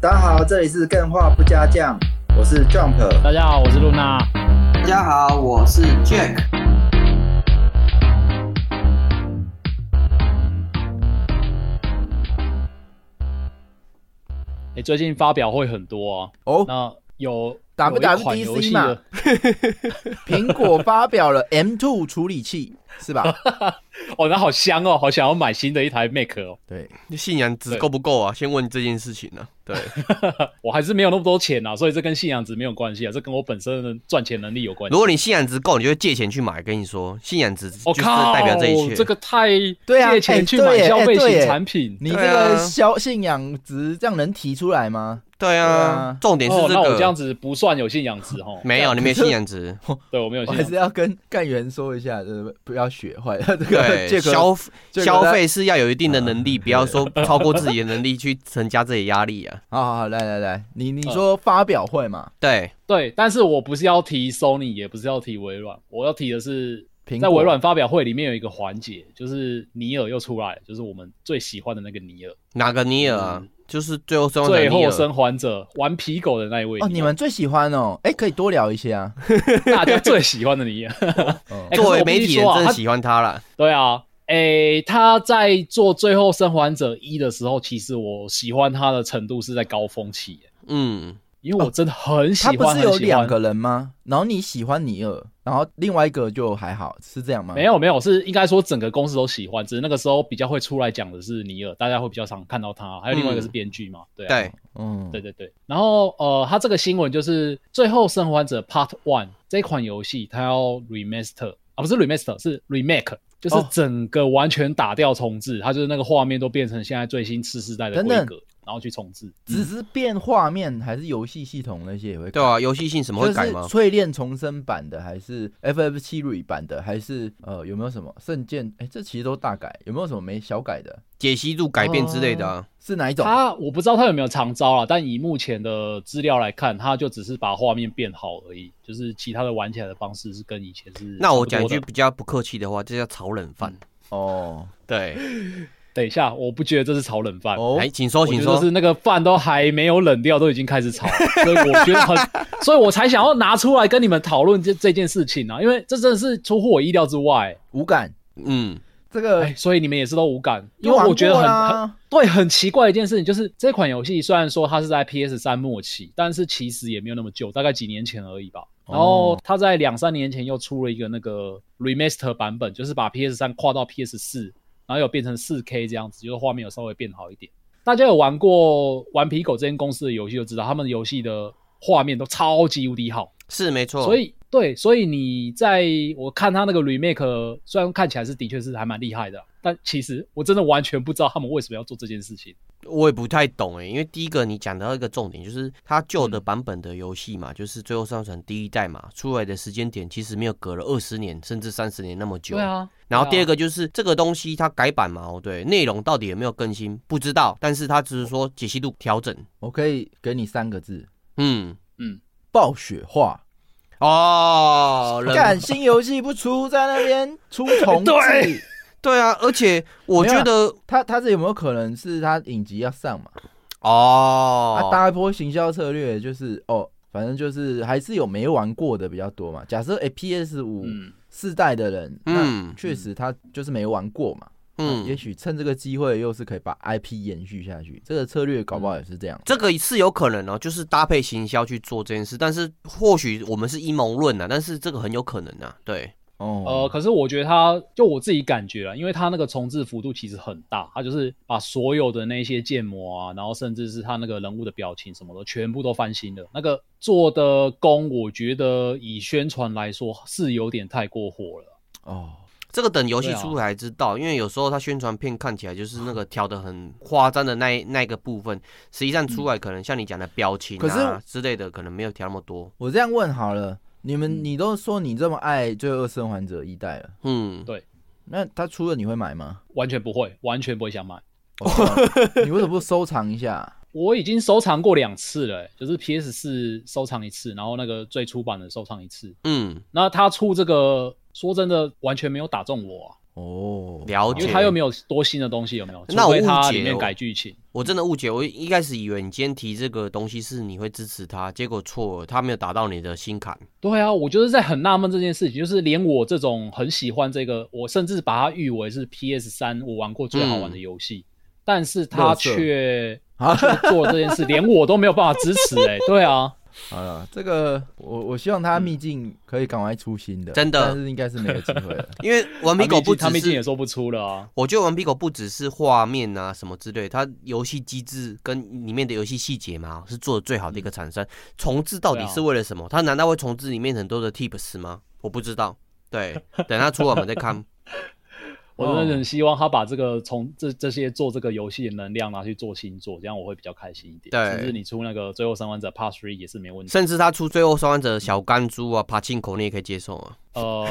大家好，这里是更画不加酱，我是 Jump。大家好，我是露娜。大家好，我是 Jack。哎、最近发表会很多啊，哦，那有打不打有一款游戏 WDC 嘛的？苹果发表了 M2 处理器，是吧？哦，那好香哦，好想要买新的一台 Mac 哦，对，你信仰值够不够啊？先问这件事情呢、啊。 对，我还是没有那么多钱啊，所以这跟信仰值没有关系啊，这跟我本身的赚钱能力有关系如。果你信仰值够，你就会借钱去买。跟你说，信仰值我、就是哦靠，代表这一切。个太对啊借钱哎去对买耶消哎费型对耶产品，你这对啊个消信仰值这样能提出来吗？对对啊啊，重点是哦，这那我个。这样子不算有信仰值哦。没有，你没有信仰值。对 我没有我信还仰是值。要跟干员说一下，呃，不要学坏 这个对，这个消这个消费是要有一定的能嗯力，不 要说超过自己的能力去增加自己的压力啊。好好好，来来来，你嗯你说发表会嘛？对，对，但是我不是要提 Sony，也不是要提微软，我要提的是苹果在微软发表会里面有一个环节，就是尼尔又出来了，就是我们最喜欢的那个尼尔，哪个尼尔啊？就是最后生还的嗯最尼后尔生还者顽皮狗的那一位尼哦，尔你们最喜欢哦，哎，可以多聊一些啊。大家最喜欢的尼 尔。哦哎作为媒体可人，真的、是我必须说啊喜欢他了。他对啊，诶、他在做《最后生还者一》的时候，其实我喜欢他的程度是在高峰期耶，嗯，因为我真的很喜哦他欢，不是有很喜两欢。个人吗？然后你喜欢尼尔，然后另外一个就还好，是这样吗？没有没有，是应该说整个公司都喜欢，只是那个时候比较会出来讲的是尼尔，大家会比较常看到他。还有另外一个是嗯编剧嘛，对啊，对，嗯，对对对。然后呃，他这个新闻就是《最后生还者 Part One》这款游戏，它要 remaster 啊，不是 remaster，是 remake，就是哦整个完全打掉重置，它就是那个画面都变成现在最新次世代的等规等格，然后去重置。只是变画面还是游戏系统那些也会改对啊，游戏性什么就会是改吗？淬炼重生版的，还是 FF 七 re 版的，还是呃有没有什么圣剑？哎、这其实都大改，有没有什么没小改的？解析度改变之类的啊。是哪一种？他我不知道他有没有长招啦，但以目前的资料来看，他就只是把画面变好而已，就是其他的玩起来的方式是跟以前是。那我讲一句，比较不客气的话，这叫炒冷饭。嗯哦对，等一下，我不觉得这是炒冷饭。哦来，，请说，我请觉得说是。那个饭都还没有冷掉，都已经开始 炒了，所以我觉得很，所以我才想要拿出来跟你们讨论这这件事情啊，因为这真的是出乎我意料之外，无感。嗯，这个、哎，所以你们也是都无感，因就为玩我觉得过很啦很对，很奇怪的一件事情就是这款游戏虽然说它是在 PS 三末期，但是其实也没有那么旧，大概几年前而已吧。然后它在两三年前又出了一个那个 remaster 版本，就是把 PS 三跨到 PS 四，然后有变成四 K 这样子，就是画面有稍微变好一点。大家有玩过《顽皮狗》这间公司的游戏就知道，他们游戏的画面都超级无敌好，是没错。所以对，所以你在我看他那个 remake，虽然看起来是的确是还蛮厉害的，啊但其实我真的完全不知道他们为什么要做这件事情。我也不太懂哎，因为第一个你讲到一个重点，就是它旧的版本的游戏嘛，就是《最后上传》第一代嘛，出来的时间点其实没有隔了二十年甚至三十年那么久。对。啊，然后第二个，个就是这个东西它改版嘛，哦对，内容到底有没有更新不知道，但是它只是说解析度调整。我可以给你三个字：嗯，暴雪化。哦，人干新游戏不出，在那边出 重对置。对啊，而且我觉得他他这有没有可能是他影集要上嘛？啊他哦，搭一波行销策略，就是哦，反正就是还是有没玩过的比较多嘛。假设哎、PS 五嗯，世代的人，嗯那确实他就是没玩过嘛。嗯，也嗯，许趁这个机会，又是可以把 IP 延续下去。这个策略搞不好也是这样。这个是有可能哦，就是搭配行销去做这件事，但是或许我们是阴谋论啊，但是这个很有可能啊，对。呃，哦，可是我觉得他就我自己感觉啊，因为他那个重置幅度其实很大，他就是把所有的那些建模啊，然后甚至是他那个人物的表情什么的，全部都翻新了。那个做的工，我觉得以宣传来说是有点太过火了。哦，这个等游戏对啊出来知道，因为有时候它宣传片看起来就是那个调的很夸张的那一那一个部分，实际上出来可能像你讲的表情可啊是之类的，可能没有调那么多。我这样问好了，你嗯们你都说你这么爱《罪恶生还者》一代了，嗯，那他出了你会 买吗？完全不会，完全不会想买。你为什么不收藏一下？我已经收藏过两次了、欸就是 PS 四收藏一次，然后那个最初版的收藏一次。嗯，那他出这个，说真的，完全没有打中我、啊。哦，了因解，为它又没有多新的东西，有没有？那除我非它误解哦里面了改剧情，我真的误解，我一开始以为你今天提这个东西是你会支持他，结果错了，他没有打到你的心坎。对啊，我就是在很纳闷这件事情，就是连我这种很喜欢这个，我甚至把它誉为是 PS 三我玩过最好玩的游戏，嗯但是它垃圾却却做了这件 事，连我都没有办法支持哎、对啊，好了，这个我我希望他秘境可以赶快出新的，嗯真的但是应该是没有机会了。 因为顽皮他狗毕不竟只他毕竟也是，说不出了啊，我觉得顽皮狗不只是画面啊什么之类，它游戏机制跟里面的游戏细节嘛，是做的最好的一个产生。重置到底是为了什么？它难道会重置里面很多的 tips 吗？我不知道。对，等它出完我们再 看。我真嗯的很希望他把这个从这这些做这个游戏的能量拿去做新作，这样我会比较开心一点。对甚至你出那个《最后生还者 Part Three》也是没问题。甚至它出最后生还者小钢珠啊、爬进口你也可以接受啊。呃，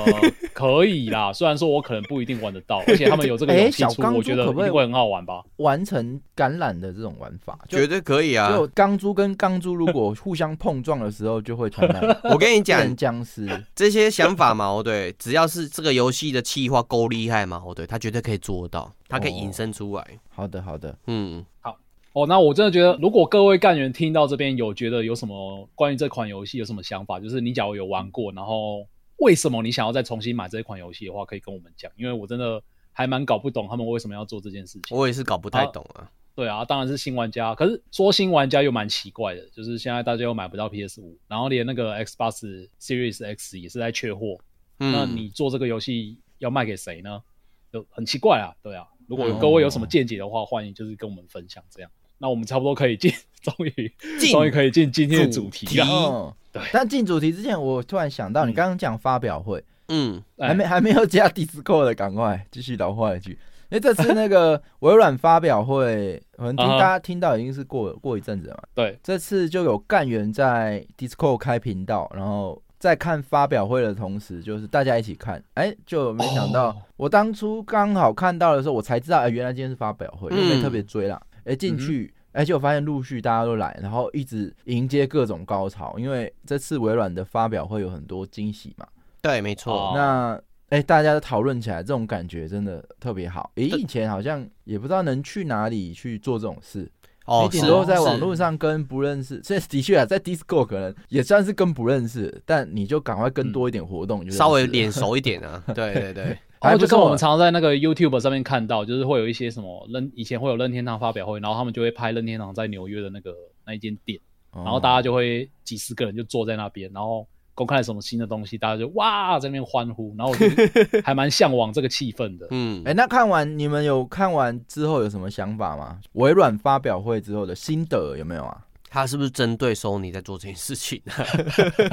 可以啦， 虽然说我可能不一定玩得 到，而且他们有这个游戏哎小出，钢珠我觉得可一不可以定会很好玩吧。完成橄榄的这种玩法，就绝对可以啊！就钢珠跟钢珠如果互相碰撞的时候，就会传染 我跟你讲变，僵尸。这些想法嘛，哦对，只要是这个游戏的企划够厉害嘛，哦对，他绝对可以做到，他可以引申出来。好的，好的，嗯，哦，那我真的觉得，如果各位干员听到这边有觉得有什么关于这款游戏有什么想法，就是你假如有玩嗯过，然后为什么你想要再重新买这款游戏的话，可以跟我们讲，因为我真的还蛮搞不懂他们为什么要做这件事情。我也是搞不太懂啊。对啊，当然是新玩家。可是说新玩家又蛮奇怪的，就是现在大家又买不到 PS 五，然后连那个 Xbox Series X 也是在缺货。嗯，那你做这个游戏要卖给谁呢？就很奇怪啊，对啊。如果有嗯各位有什么见解的话，欢迎就是跟我们分享这样。那我们差不多可以进， 终于进终于可以进今天的主主题题了。嗯，对但进主题之前，我突然想到，你嗯刚刚讲发表会，嗯，哎还没还没有加 Discord 的，赶快 继续老话一句。因为这次 那个微软发表会，可能听啊哈大家听到已经是过过一阵子了嘛。对，这次就有干员在 Discord 开频道，然后在看发表会的同时，就是大家一起看。哎，就没想哦到、我当初刚好看到的时候，我才知道，哎，原来今天是发表会，嗯因为没特别追啦。哎，进嗯去，哎，结果发现陆续大家都来，然后一直迎接各种高潮，因为这次微软的发表会有很多惊喜嘛。对，没错。哦那哎，大家都讨论起来，这种感觉真的特别好。诶，以前好像也不知道能去哪里去做这种事，哦，你顶是多在网是络上跟不认识，这的确啊，在 Discord 可能也算是跟不认识，但你就赶快跟多一点活动，就稍微认识了脸熟一点啊。对对对，然还后哦不就跟错我们常常在那个 YouTube 上面看到，就是会有一些什么任以前会有任天堂发表会，然后他们就会拍任天堂在纽约的那个那一间店。哦然后大家就会几十个人就坐在那边，然后公开了什么新的东西，大家就哇在那边欢呼，然后我就 还蛮向往这个气氛的。嗯哎，，那看完你们有看完之后有什么想法吗？微软发表会之后的心得有没有啊？他是不是针对 Sony 在做这件事情啊？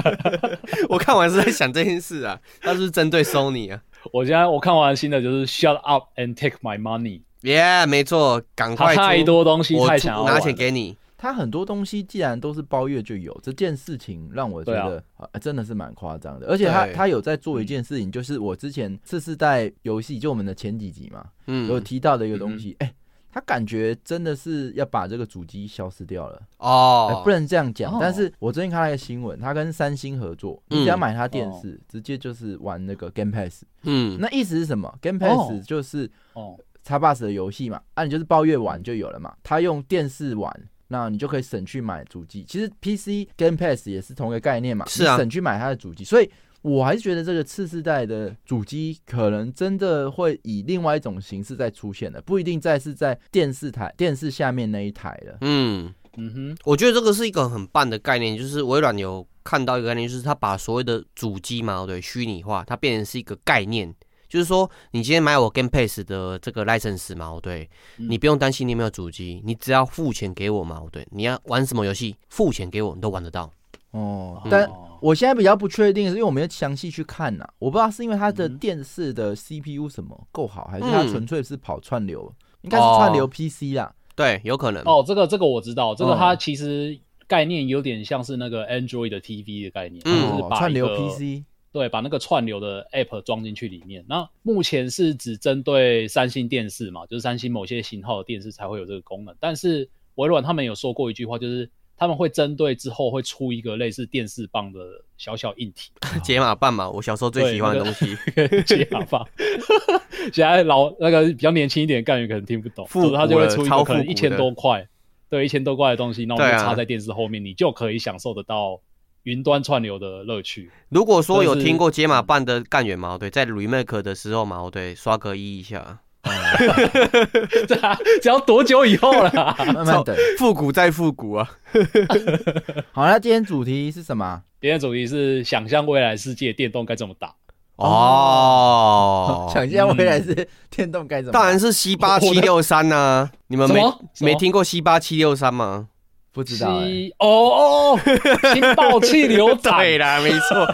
我看完是在想这件事啊，他是不是针对 Sony 啊我现在我看完新的就是 Shut up and take my money， ？Yeah，没错，赶它快出太，多东西我太出想要玩拿了钱给你。它很多东西既然都是包月就有，这件事情让我觉对得、啊、真的是蛮夸张的。而且它对它有在做一件事情，就是我之前次世代游戏，就我们的前几集嘛，有嗯，提到的一个东西，哎、他感觉真的是要把这个主机消失掉了，哎哦不，能这样讲。哦但是我最近看到一个新闻，他跟三星合作，你只要嗯买他电视，直接就是玩那个 Game Pass。嗯，那意思是什么？Game 哦 Pass 就是哦， x box 的游戏嘛，啊，你就是包月玩就有了嘛。他用电视玩，那你就可以省去买主机。其实 PC Game Pass 也是同一个概念嘛，是啊你省去买它的主机，所以。我还是觉得这个次世代的主机可能真的会以另外一种形式再出现了，不一定再是在电视台、电视下面那一台了。嗯。嗯哼，我觉得这个是一个很棒的概念，就是微软有看到一个概念，就是它把所谓的主机嘛，对，虚拟化，它变成是一个概念。就是说，你今天买我 Game Pass 的这个 license 嘛，对，嗯你不用担心你有没有主机，你只要付钱给我嘛，对，你要玩什么游戏，付钱给我，你都玩得到。哦嗯，但我现在比较不确定，是因为我没有详细去看呐、我不知道是因为它的电视的 CPU 什么够好，还是它嗯纯粹是跑串流，应该是串流哦 PC 啦。对，有可能。哦，这个这个我知道，这个嗯它其实概念有点像是那个 Android 的 TV 的概念，嗯就是哦把串一流个 PC 对，把那个串流的 App 装进去里面。那目前是只针对三星电视嘛，就是三星某些型号的电视才会有这个功能。但是微软他们有说过一句话，就是他们会针对之后会出一个类似电视棒的小小硬 体，解码棒嘛，我小时候最喜欢的东 西，解码棒。现在老那个比较年轻一点的干员可能听不懂，复古的总之他就会出一超个复可古的能一千多块，对，一千多块的东西，然后对就啊插在电视后面，你就可以享受得到云端串流的乐趣。 如果说有就是听过解码棒的干员嘛，对，在 remake 的时候嘛，对，刷个一一下，这啊只要多久以后啦？ 慢慢等。复古再复古啊，好，那今天主题是什么啊？，今天的主题是想象未来世界电动该怎么打。哦 想象未来是 电动该怎么打？当然是 C 八七六三呐，你们没什么没什么听过 C 八七六三吗？不知道欸。西哦 哦，新爆气流斩，对啦，没 错，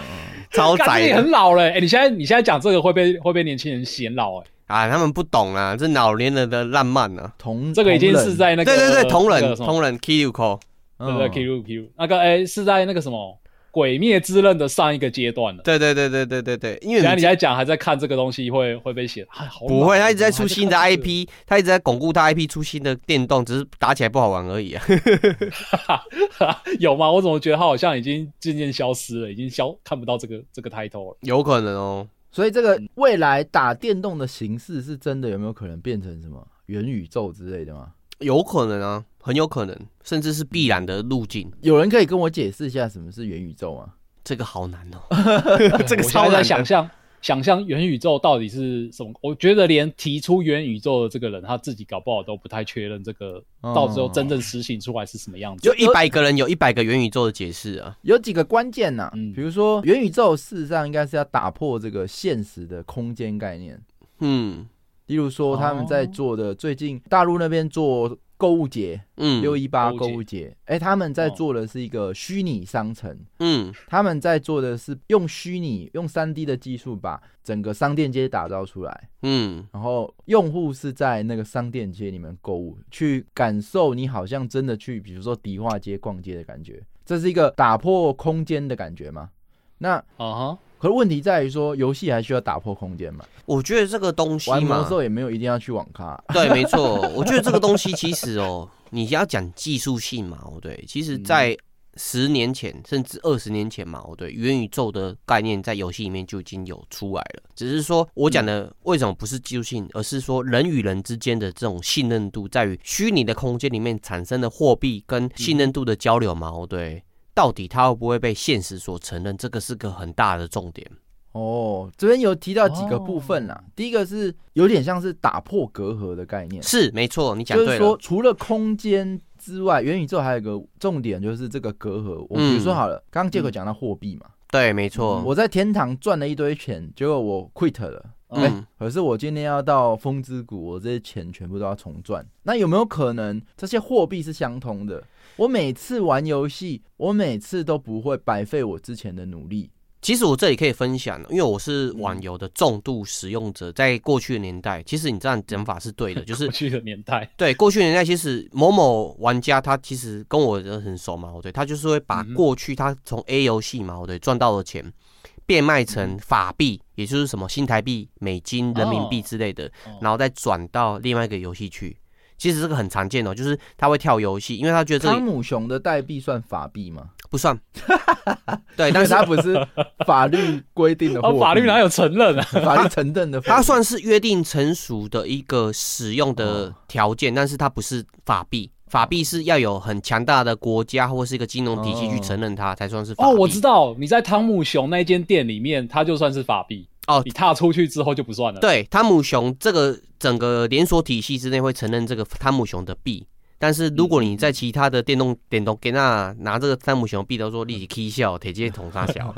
超 干这窄也的很老了、哎、你现在你现在讲这个会被会被年轻人嫌老哎、啊，他们不懂啊，这老年人的浪漫啊。同这个已经是在那个对对对，同那个人嗯什么同人 Kiruko，嗯对对 Q Q 那个哎、是在那个什么《鬼灭之刃》的上一个阶段了。对对对对对对对，因为现在你你在讲还在看这个东西会会被嫌，哎，好老不会，他一直在出新的。还在看这个 IP，他一直在巩固他 IP 出新的电动，只是打起来不好玩而已啊。 有吗？我怎么觉得他好像已经渐渐消失了，已经消看不到这个这个 title 了。有可能哦，所以这个未来打电动的形式是真的有没有可能变成什么元宇宙之类的吗？有可能啊，很有可能，甚至是必然的路径。有人可以跟我解释一下什么是元宇宙吗？这个好难哦，这 个我现在超难在的想象想象元宇宙到底是什么？我觉得连提出元宇宙的这个人他自己搞不好都不太确认这个哦到时候真正实行出来是什么样子。就一百个人有一百个元宇宙的解释啊。有几个关键呐、嗯比如说元宇宙事实上应该是要打破这个现实的空间概念，嗯例如说他们哦在做的最近大陆那边做购物节嗯，六一八购购物节物节，哎，他们在哦做的是一个虚拟商城，嗯他们在做的是用虚拟用三 D 的技术把整个商店街打造出来。嗯然后用户是在那个商店街里面购物，去感受你好像真的去，比如说迪化街逛街的感觉，这是一个打破空间的感觉吗？那啊哈，可是问题在于说，游戏还需要打破空间嘛？我觉得这个东西玩魔嘛，兽也没有一定要去网咖，对，没错，我觉得这个东西其实哦， 你要讲技术性嘛，哦对，其实，嗯在十年前甚至二十年前嘛，哦对，元宇宙的概念在游戏里面就已经有出来了，只是说我讲的嗯为什么不是技术性，而是说人与人之间的这种信任度，在于虚拟的空间里面产生的货币跟信任度的交流嘛，哦对，到底它会不会被现实所承认，这个是个很大的重点。哦，这边有提到几个部分哦啦。第一个是有点像是打破隔阂的概念，是，没错，你讲就对是了。说除了空间之外，元宇宙还有一个重点就是这个隔阂。我比如说好了，刚刚杰克讲到货币嘛，对，嗯没错。我在天堂赚了一堆钱，结果我 quit 了。哎、嗯可是我今天要到风之谷，我这些钱全部都要重赚。那有没有可能这些货币是相通的？我每次玩游戏，我每次都不会白费我之前的努力。其实我这里可以分享，因为我是嗯网游的重度使用者，在过去的年代，其实你这样嗯讲法是 对的，就过是去的年代，对过去的年代，其实某某玩家他其实跟我的很熟嘛，我对他就是会把嗯哼过去他从 A 游戏嘛，我对赚到的钱变卖嗯成法币，也就是什么新台币、美金、人民币哦之类的，哦然后再转到另外一个游戏去。其实这个很常见哦，就是他会跳游戏，因为他觉得这汤里姆熊的代币算法币吗？不算。对， 因但为是它不是法律规定的货啊，币，法律哪有承认啊？法律承认的货币？它算是约定成熟的一个使用的嗯哦条件，但是它不是法币。法币是要有很强大的国家或是一个金融体系去哦承认它，才算是法哦，我知币道你在汤姆熊那间店里面，它就算是法币哦你踏出去之后就不算了。，对，汤姆熊这个整个连锁体系之内会承认这个汤姆熊的币，但是如果你在其他的电动电动给那拿这个汤姆熊币都说立即 K 笑，铁接捅他 笑。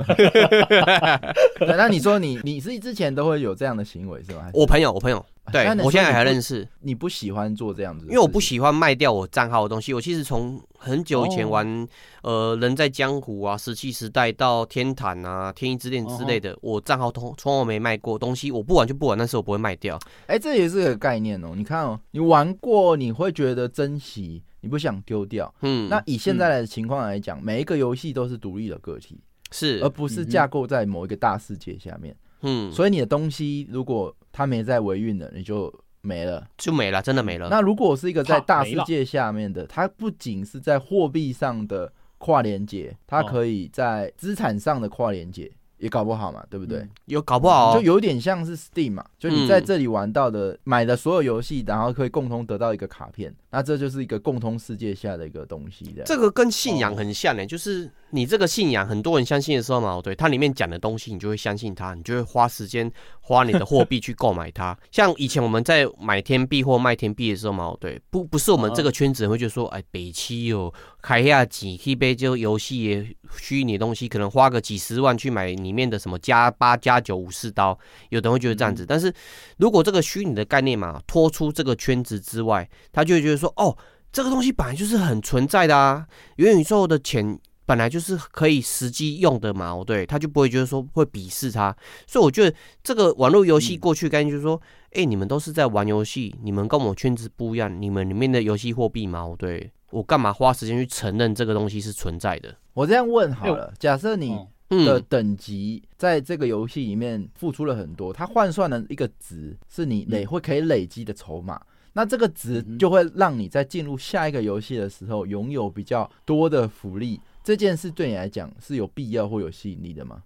对那你说你你是之前都会有这样的行为是吗？还是我朋友，我朋友，对那你说我现在你不还认识，你不喜欢做这样子的事情，因为我不喜欢卖掉我账号的东西。我其实从很久以前哦玩、呃《人在江湖》啊，《石器时代》到《天坛》啊，《天一之恋》之哦类的，我账号通从来没卖过东西。我不玩就不玩，但是我不会卖掉。哎、这也是个概念哦。你看哦，你玩过，你会觉得珍惜，你不想丢掉。嗯，那以现在的情况来讲，每一个游戏都是独立的个体，是而不是架构在某一个大世界下面。嗯，所以你的东西如果它没在维运了，你就没了。就没了，真的没了。那如果是一个在啪大没世了界下面的，它不仅是在货币上的跨连接，它哦可以在资产上的跨连接，也搞不好嘛，对不嗯对？有搞不好哦就有点像是 Steam 嘛，就你在嗯这里玩到的、买的所有游戏，然后可以共同得到一个卡片，那这就是一个共通世界下的一个东西的。这个跟信仰很像呢、欸就是你这个信仰，很多人相信的时候嘛，对，它里面讲的东西，你就会相信它，你就会花时间花你的货币去购买它。像以前我们在买天币或卖天币的时候嘛，哦对，不不是我们这个圈子人会觉得说，哎，北七哦，开下几 K 杯就游戏的虚拟东西，可能花个几十万去买里面的什么加八加九武士刀，有的人会觉得这样子。但是如果这个虚拟的概念嘛，脱出这个圈子之外，他就会觉得说，哦。这个东西本来就是很存在的啊，元宇宙的钱本来就是可以实际用的嘛，哦对，他就不会觉得说会鄙视它。所以我觉得这个网络游戏过去概念就是说，哎、你们都是在玩游戏，你们跟我圈子不一样，你们里面的游戏货币嘛，对我干嘛花时间去承认这个东西是存在的？我这样问好哎我了，假设你哦的嗯，等级在这个游戏里面付出了很多，它换算了一个值，是你累会可以累积的筹码。那这个值嗯哼就会让你在进入下一个游戏的时候拥有比较多的福利。这件事对你来讲是有必要或有吸引力的吗？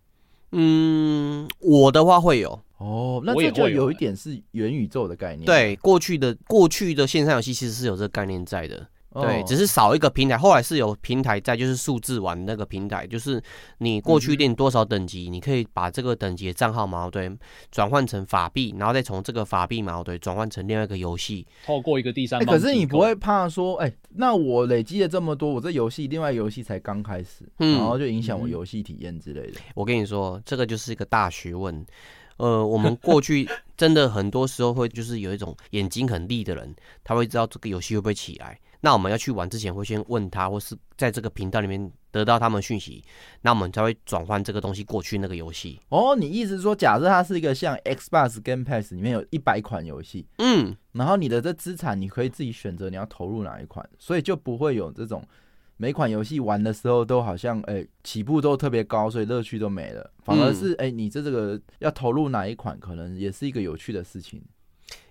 嗯，我的话会有。哦，那我这也就会有有一欸点是元宇宙的概念。对，过去的过去的线上游戏其实是有这个概念在的，哦，对，只是少一个平台。后来是有平台在，就是数字玩那个平台，就是你过去练多少等级，你可以把这个等级的账号嘛，对，转换成法币，然后再从这个法币嘛，对，转换成另外一个游戏。透过一个第三哎、方可机构、是你不会怕说，哎、那我累积了这么多，我这游戏另外游戏才刚开始，嗯然后就影响我嗯游戏体验之类的。我跟你说，这个就是一个大学问。呃，我们过去真的很多时候会就是有一种眼睛很利的人，他会知道这个游戏会不会起来。那我们要去玩之前，会先问他，或是在这个频道里面得到他们的讯息，那我们才会转换这个东西过去那个游戏。哦，你意思是说，假设它是一个像 Xbox Game Pass 里面有一百款游戏，嗯，然后你的这资产你可以自己选择你要投入哪一款，所以就不会有这种每款游戏玩的时候都好像哎、起步都特别高，所以乐趣都没了，反而嗯是哎、你这这个要投入哪一款，可能也是一个有趣的事情。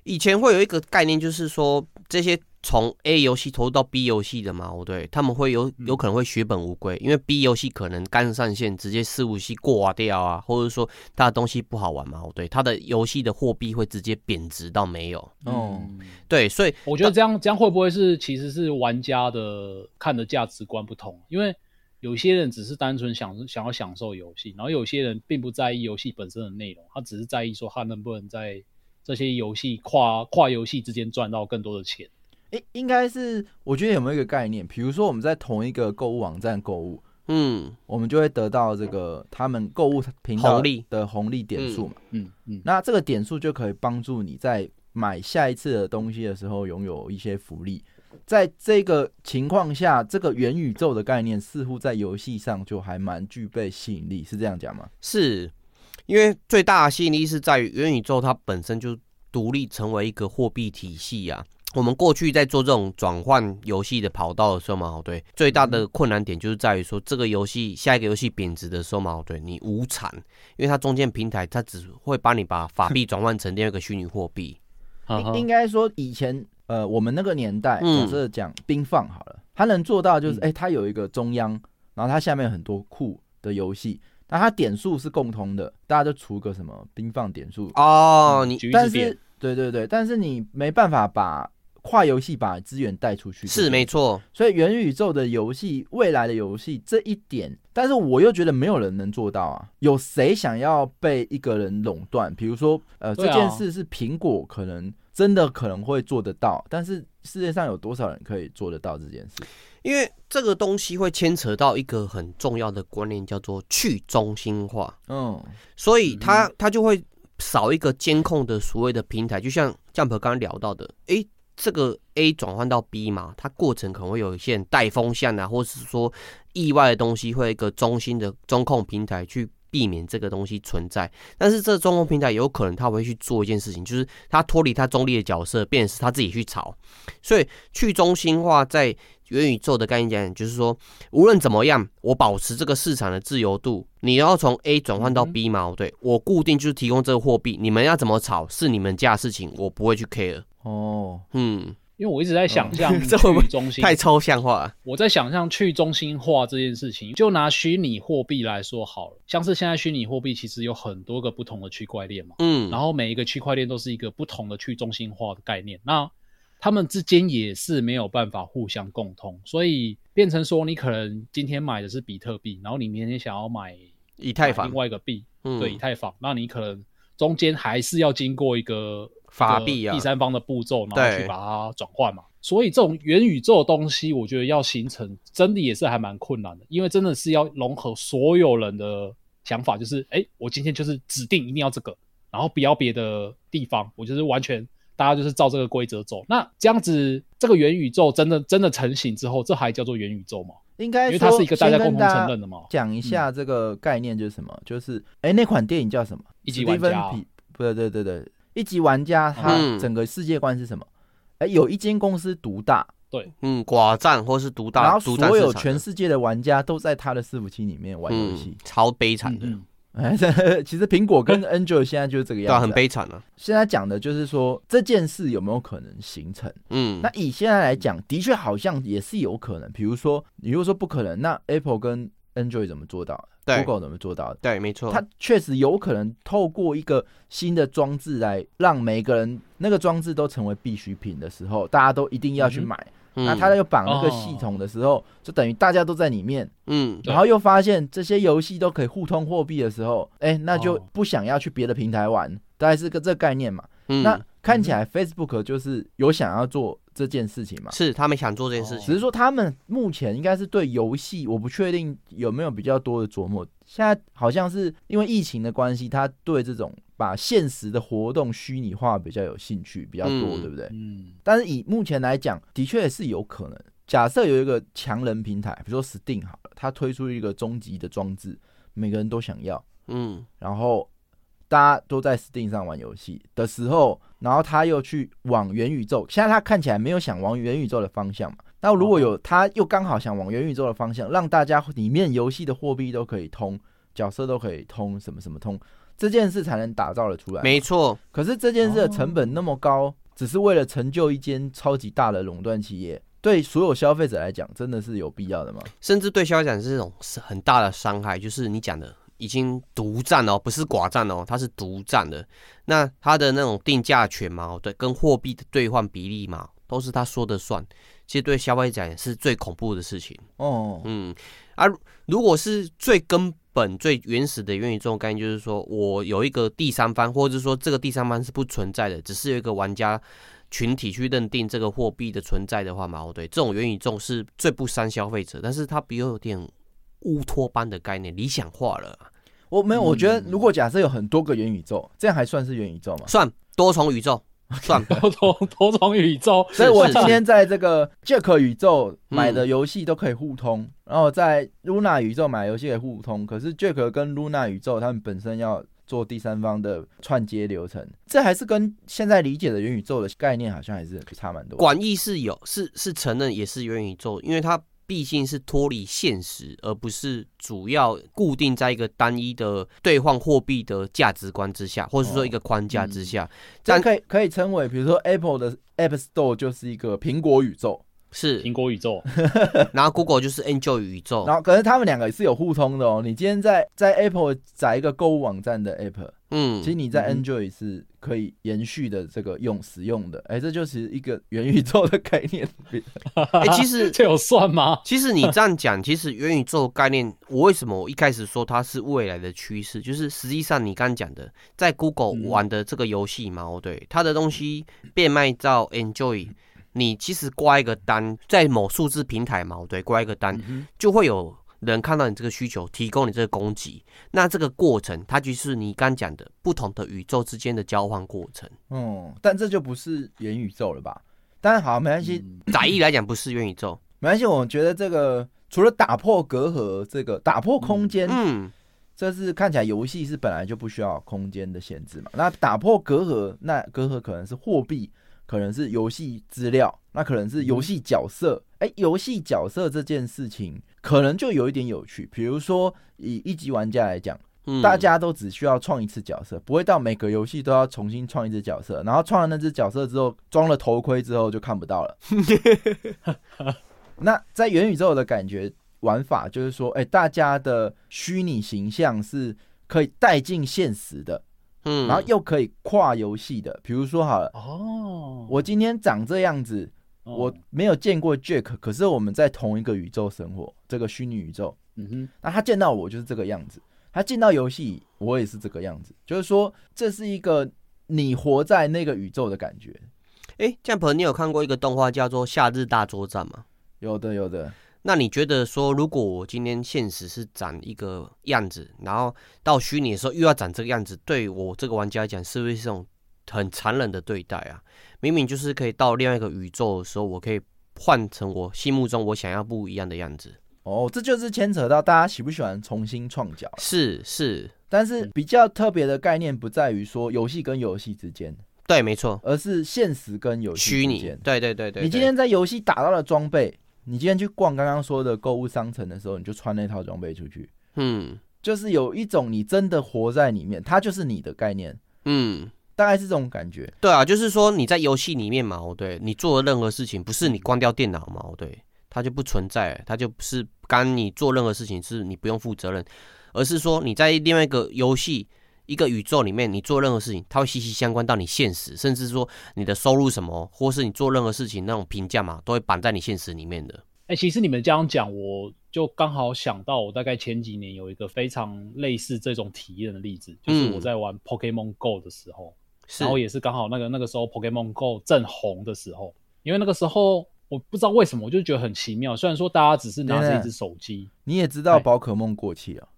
以前会有一个概念，就是说这些从 A 游戏投入到 B 游戏的嘛，对，他们会有有可能会血本无归，因为 B 游戏可能干上线直接伺服器挂掉啊，或者说它的东西不好玩嘛，对，它的游戏的货币会直接贬值到没有，哦、嗯对，所以我觉得这样这样会不会是其实是玩家的看的价值观不同？因为有些人只是单纯想想要享受游戏，然后有些人并不在意游戏本身的内容，他只是在意说他能不能在这些游戏跨跨游戏之间赚到更多的钱。诶，应该是我觉得有没有一个概念？比如说我们在同一个购物网站购物，嗯我们就会得到这个他们购物频道红利的红利点数嘛。嗯嗯，那这个点数就可以帮助你在买下一次的东西的时候拥有一些福利。在这个情况下，这个元宇宙的概念似乎在游戏上就还蛮具备吸引力，是这样讲吗？是因为最大的吸引力是在于元宇宙它本身就独立成为一个货币体系啊。我们过去在做这种转换游戏的跑道的时候嘛，对，最大的困难点就是在于说这个游戏下一个游戏贬值的时候嘛，对，你无产，因为它中间平台它只会帮你把法币转换成另外一个虚拟货币。哈啊哈应应该说以前呃，我们那个年代，嗯假设讲冰放好了，它能做到就是，嗯哎、它有一个中央，然后它下面有很多库的游戏，那它点数是共通的，大家就除个什么冰放点数，哦，你橘但子变是对对对，但是你没办法把跨游戏把资源带出去，是没错。错，所以元宇宙的游戏，未来的游戏这一点，但是我又觉得没有人能做到啊。有谁想要被一个人垄断？比如说，呃，对这啊件事是苹果可能真的可能会做得到，但是世界上有多少人可以做得到这件事？因为这个东西会牵扯到一个很重要的观念，叫做去中心化。嗯，所以它它就会少一个监控的所谓的平台，就像 Jump 刚刚聊到的，诶，这个 A 转换到 B 嘛，它过程可能会有一些带风向啊，或是说意外的东西，会有一个中心的中控平台去。避免这个东西存在，但是这中控平台有可能他会去做一件事情，就是他脱离他中立的角色，变成是他自己去炒，所以去中心化在元宇宙的概念讲，就是说无论怎么样，我保持这个市场的自由度。你要从 A 转嗯换到 B 嘛？对，我固定就是提供这个货币，你们要怎么炒是你们家的事情，我不会去 care。哦，嗯，因为我一直在想象 这会不会去中心太抽象化了。我在想象去中心化这件事情，就拿虚拟货币来说好了，像是现在虚拟货币其实有很多个不同的区块链嘛，嗯，然后每一个区块链都是一个不同的去中心化的概念，那他们之间也是没有办法互相共通，所以变成说你可能今天买的是比特币，然后你明天想要买以太买坊另，外一个币，嗯，对以太坊，那你可能中间还是要经过一个法一个币啊第三方的步骤，然后对去把它转换嘛。所以这种元宇宙的东西，我觉得要形成真的也是还蛮困难的，因为真的是要融合所有人的想法，就是哎，诶我今天就是指定一定要这个，然后不要别的地方，我就是完全大家就是照这个规则走。那这样子，这个元宇宙真的真的成型之后，这还叫做元宇宙吗？应该因为说它是一个大家先跟共同承认的哦嘛讲一嗯下这个概念就是什么，就是哎、那款电影叫什么？一级玩家史蒂芬皮不对对对对，一级玩家他嗯整个世界观是什么？哎、有一间公司独大，嗯，寡占或是独然大，后独占所有市场全的世界的玩家都在他的伺服器里面玩游戏嗯。，超悲惨的，嗯哎、 其实苹果 跟 Android 现在就是这个对啊，样很子啊、悲惨啊。现在讲的就是说这件事有没有可能形成？嗯那，以现在来讲，的确好像也是有可能。比如说，你如果说不可能，那 Apple 跟 Android 怎么做到的对？Google 怎么做到的？对，没错，它确实有可能透过一个新的装置来让每个人那个装置都成为必需品的时候，大家都一定要去嗯哼买。嗯那它又绑那个系统的时候，就等于大家都在里面，嗯对然后又发现这些游戏都可以互通货币的时候，哎、那就哦不想要去别的平台玩，大概是个这个概念嘛。嗯，那看起来 Facebook 就是有想要做这件事情嘛，是他们想做这件事只情，是说他们目前应该是对游戏，我不确定有没有比较多的琢磨。现在好像是因为疫情的关系，他对这种把现实的活动虚拟化比较有兴趣，比较多，嗯对不对？ 嗯，但是以目前来讲，的确是有可能。假设有一个强人平台，比如说 Steam 好了，它推出一个终极的装置，每个人都想要，嗯然后大家都在 Steam 上玩游戏的时候，然后他又去往元宇宙，现在他看起来没有想往元宇宙的方向嘛。那如果有他又刚好想往元宇宙的方向，让大家里面游戏的货币都可以通，角色都可以通，什么什么通，这件事才能打造的出来。没错，可是这件事的成本那么高，只是为了成就一间超级大的垄断企业，对所有消费者来讲，真的是有必要的吗？甚至对消费者是这种是很大的伤害，就是你讲的已经独占哦，不是寡占哦，它是独占的。那它的那种定价权嘛，哦对，跟货币的兑换比例嘛，都是他说的算。其实对消费者也是最恐怖的事情。哦，嗯啊，如果是最根本、最原始的元宇宙概念，就是说我有一个第三方，或者是说这个第三方是不存在的，只是有一个玩家群体去认定这个货币的存在的话嘛，哦对，这种元宇宙是最不伤消费者，但是它比较有点乌托邦的概念，理想化了，我没有，我觉得如果假设有很多个元宇宙，这样还算是元宇宙吗？算多重宇宙，算多重多重宇宙， 所以我是嗯今天在这个 Jack 宇宙买的游戏都可以互通，然后在 Luna 宇宙买游戏也互通。可是 Jack 跟 Luna 宇宙他们本身要做第三方的串接流程，这还是跟现在理解的元宇宙的概念好像还是差蛮多的。广义是有，是是承认也是元宇宙，因为它毕竟是脱离现实，而不是主要固定在一个单一的兑换货币的价值观之下，或者哦说一个框架之下。这但可以可以称为，比如说 Apple 的 App Store 就是一个苹果宇宙，是苹，果宇宙， 然后 Google 就是 Angel 宇宙嗯然，后可是他们两个是有互通的哦。你今天在在 Apple 载一个购物网站的 App，嗯其实，你在嗯 Android 是可以延续的这个用使用的，哎，这就是一个元宇宙的概念。哎、其实这有算吗？其实你嗯这样讲，其实元宇宙概念，我为什么我一开始说它是未来的趋势，就是实际上你刚刚讲的，在 Google 嗯玩的这个游戏嘛，哦对，它的东西变卖到 Enjoy，你其实挂一个单，在某数字平台嘛，哦对，挂一个嗯单，就会有人看到你这个需求，提供你这个供给，那这个过程，它就是你刚刚讲的不同的宇宙之间的交换过 程。嗯，但这就不是元宇宙了吧？当然好，没关嗯系，窄义来讲，不是元宇宙，没关系。我觉得这个除了打破隔阂，这个打破空间，嗯，这是看起来游戏是本来就不需要空间的限制嘛。那打破隔阂，那隔阂可能是货币，可能是游戏资料，那可能是游戏角色。哎、游戏角色这件事情可能就有一点有趣。比如说以一级玩家来讲，嗯大家都只需要创一次角色，不会到每个游戏都要重新创一只角色，然后创了那只角色之后，装了头盔之后就看不到了。 那在元宇宙的感觉玩法就是说，哎、大家的虚拟形象是可以带进现实的，嗯，然后又可以跨游戏的。比如说好了，哦，我今天长这样子，哦我没有见过 Jack，可是我们在同一个宇宙生活，这个虚拟宇宙。嗯哼，那他见到我就是这个样子，他进到游戏我也是这个样子，就是说这是一个你活在那个宇宙的感觉。哎，酱鹏，你有看过一个动画叫做《夏日大作战》吗？有的有的，那你觉得说，如果我今天现实是长一个样子，然后到虚拟的时候又要长这个样子，对我这个玩家来讲，是不是一种很残忍的对待啊？明明就是可以到另外一个宇宙的时候，我可以换成我心目中我想要不一样的样子。哦，这就是牵扯到大家喜不喜欢重新创角。是是，但是比较特别的概念不在于说游戏跟游戏之间，对，没错，而是现实跟游戏虚之拟间，。对对对对。你今对天在游戏打到了装备，你今天去逛刚刚说的购物商城的时候，你就穿那套装备出去，嗯就是有一种你真的活在里面，它就是你的概念，嗯，大概是这种感觉。对啊，就是说你在游戏里面嘛，哦对，你做的任何事情不嗯是你关掉电脑嘛，哦对，它就不存在，它就不是干你做任何事情是你不用负责任，而是说你在另外一个游戏一个宇宙里面，你做任何事情，它会息息相关到你现实，甚至说你的收入什么，或是你做任何事情那种评价嘛，都会绑在你现实里面的。哎、其实你们这样讲，我就刚好想到，我大概前几年有一个非常类似这种体验的例子，就是我在玩 Pokemon Go 的时候，嗯是然后也是刚好那个那个时候 Pokemon Go 正红的时候，因为那个时候我不知道为什么，我就觉得很奇妙。虽然说大家只是拿着一只手机，你也知道哎宝可梦过气哦了，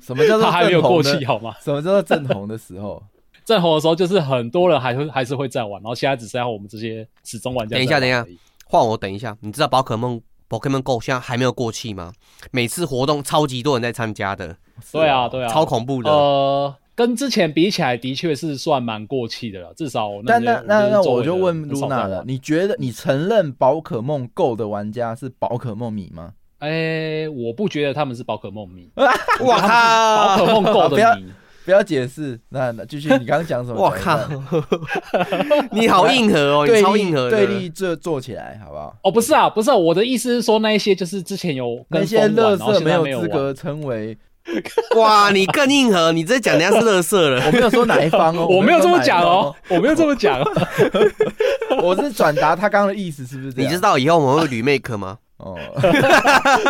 什么叫做 它还没有正红过的气好吗？什么叫做正红的时候？正红的时候，就是很多人还会还是会在玩，然后现在只剩下我们这些始终玩家在等玩一下而等已。一下换我等一下，你知道宝可梦 Pokemon Go 现在还没有过气吗？每次活动超级多人在参加的， 对哦啊，对啊，超恐怖的。呃，跟之前比起来，的确是算蛮过气的了，至少那但些那那是那周我围就的嗯问很少 Luna 在了，玩。你觉得你承认宝可梦 Go 的玩家是宝可梦迷吗？哎、我不觉得他们是宝可梦迷，我宝可靠！梦 Go 不要的迷，不要解释，那那继续你刚刚讲 什么？我靠！你好硬核哦，你对超立硬核的。对立这做起来好不好？哦，不是啊，不是、啊，我的意思是说那一些就是之前有跟那些风玩乐然后色现在有没资玩格称为，哇，你更硬核，你这讲人家是乐色了 我。没有说哪一方哦， 我没有这么说哪讲一方哦，，我没有这么讲哦， 我是转达他刚刚的意思，是不是这你样？知道以后我们会 remake 吗？哦，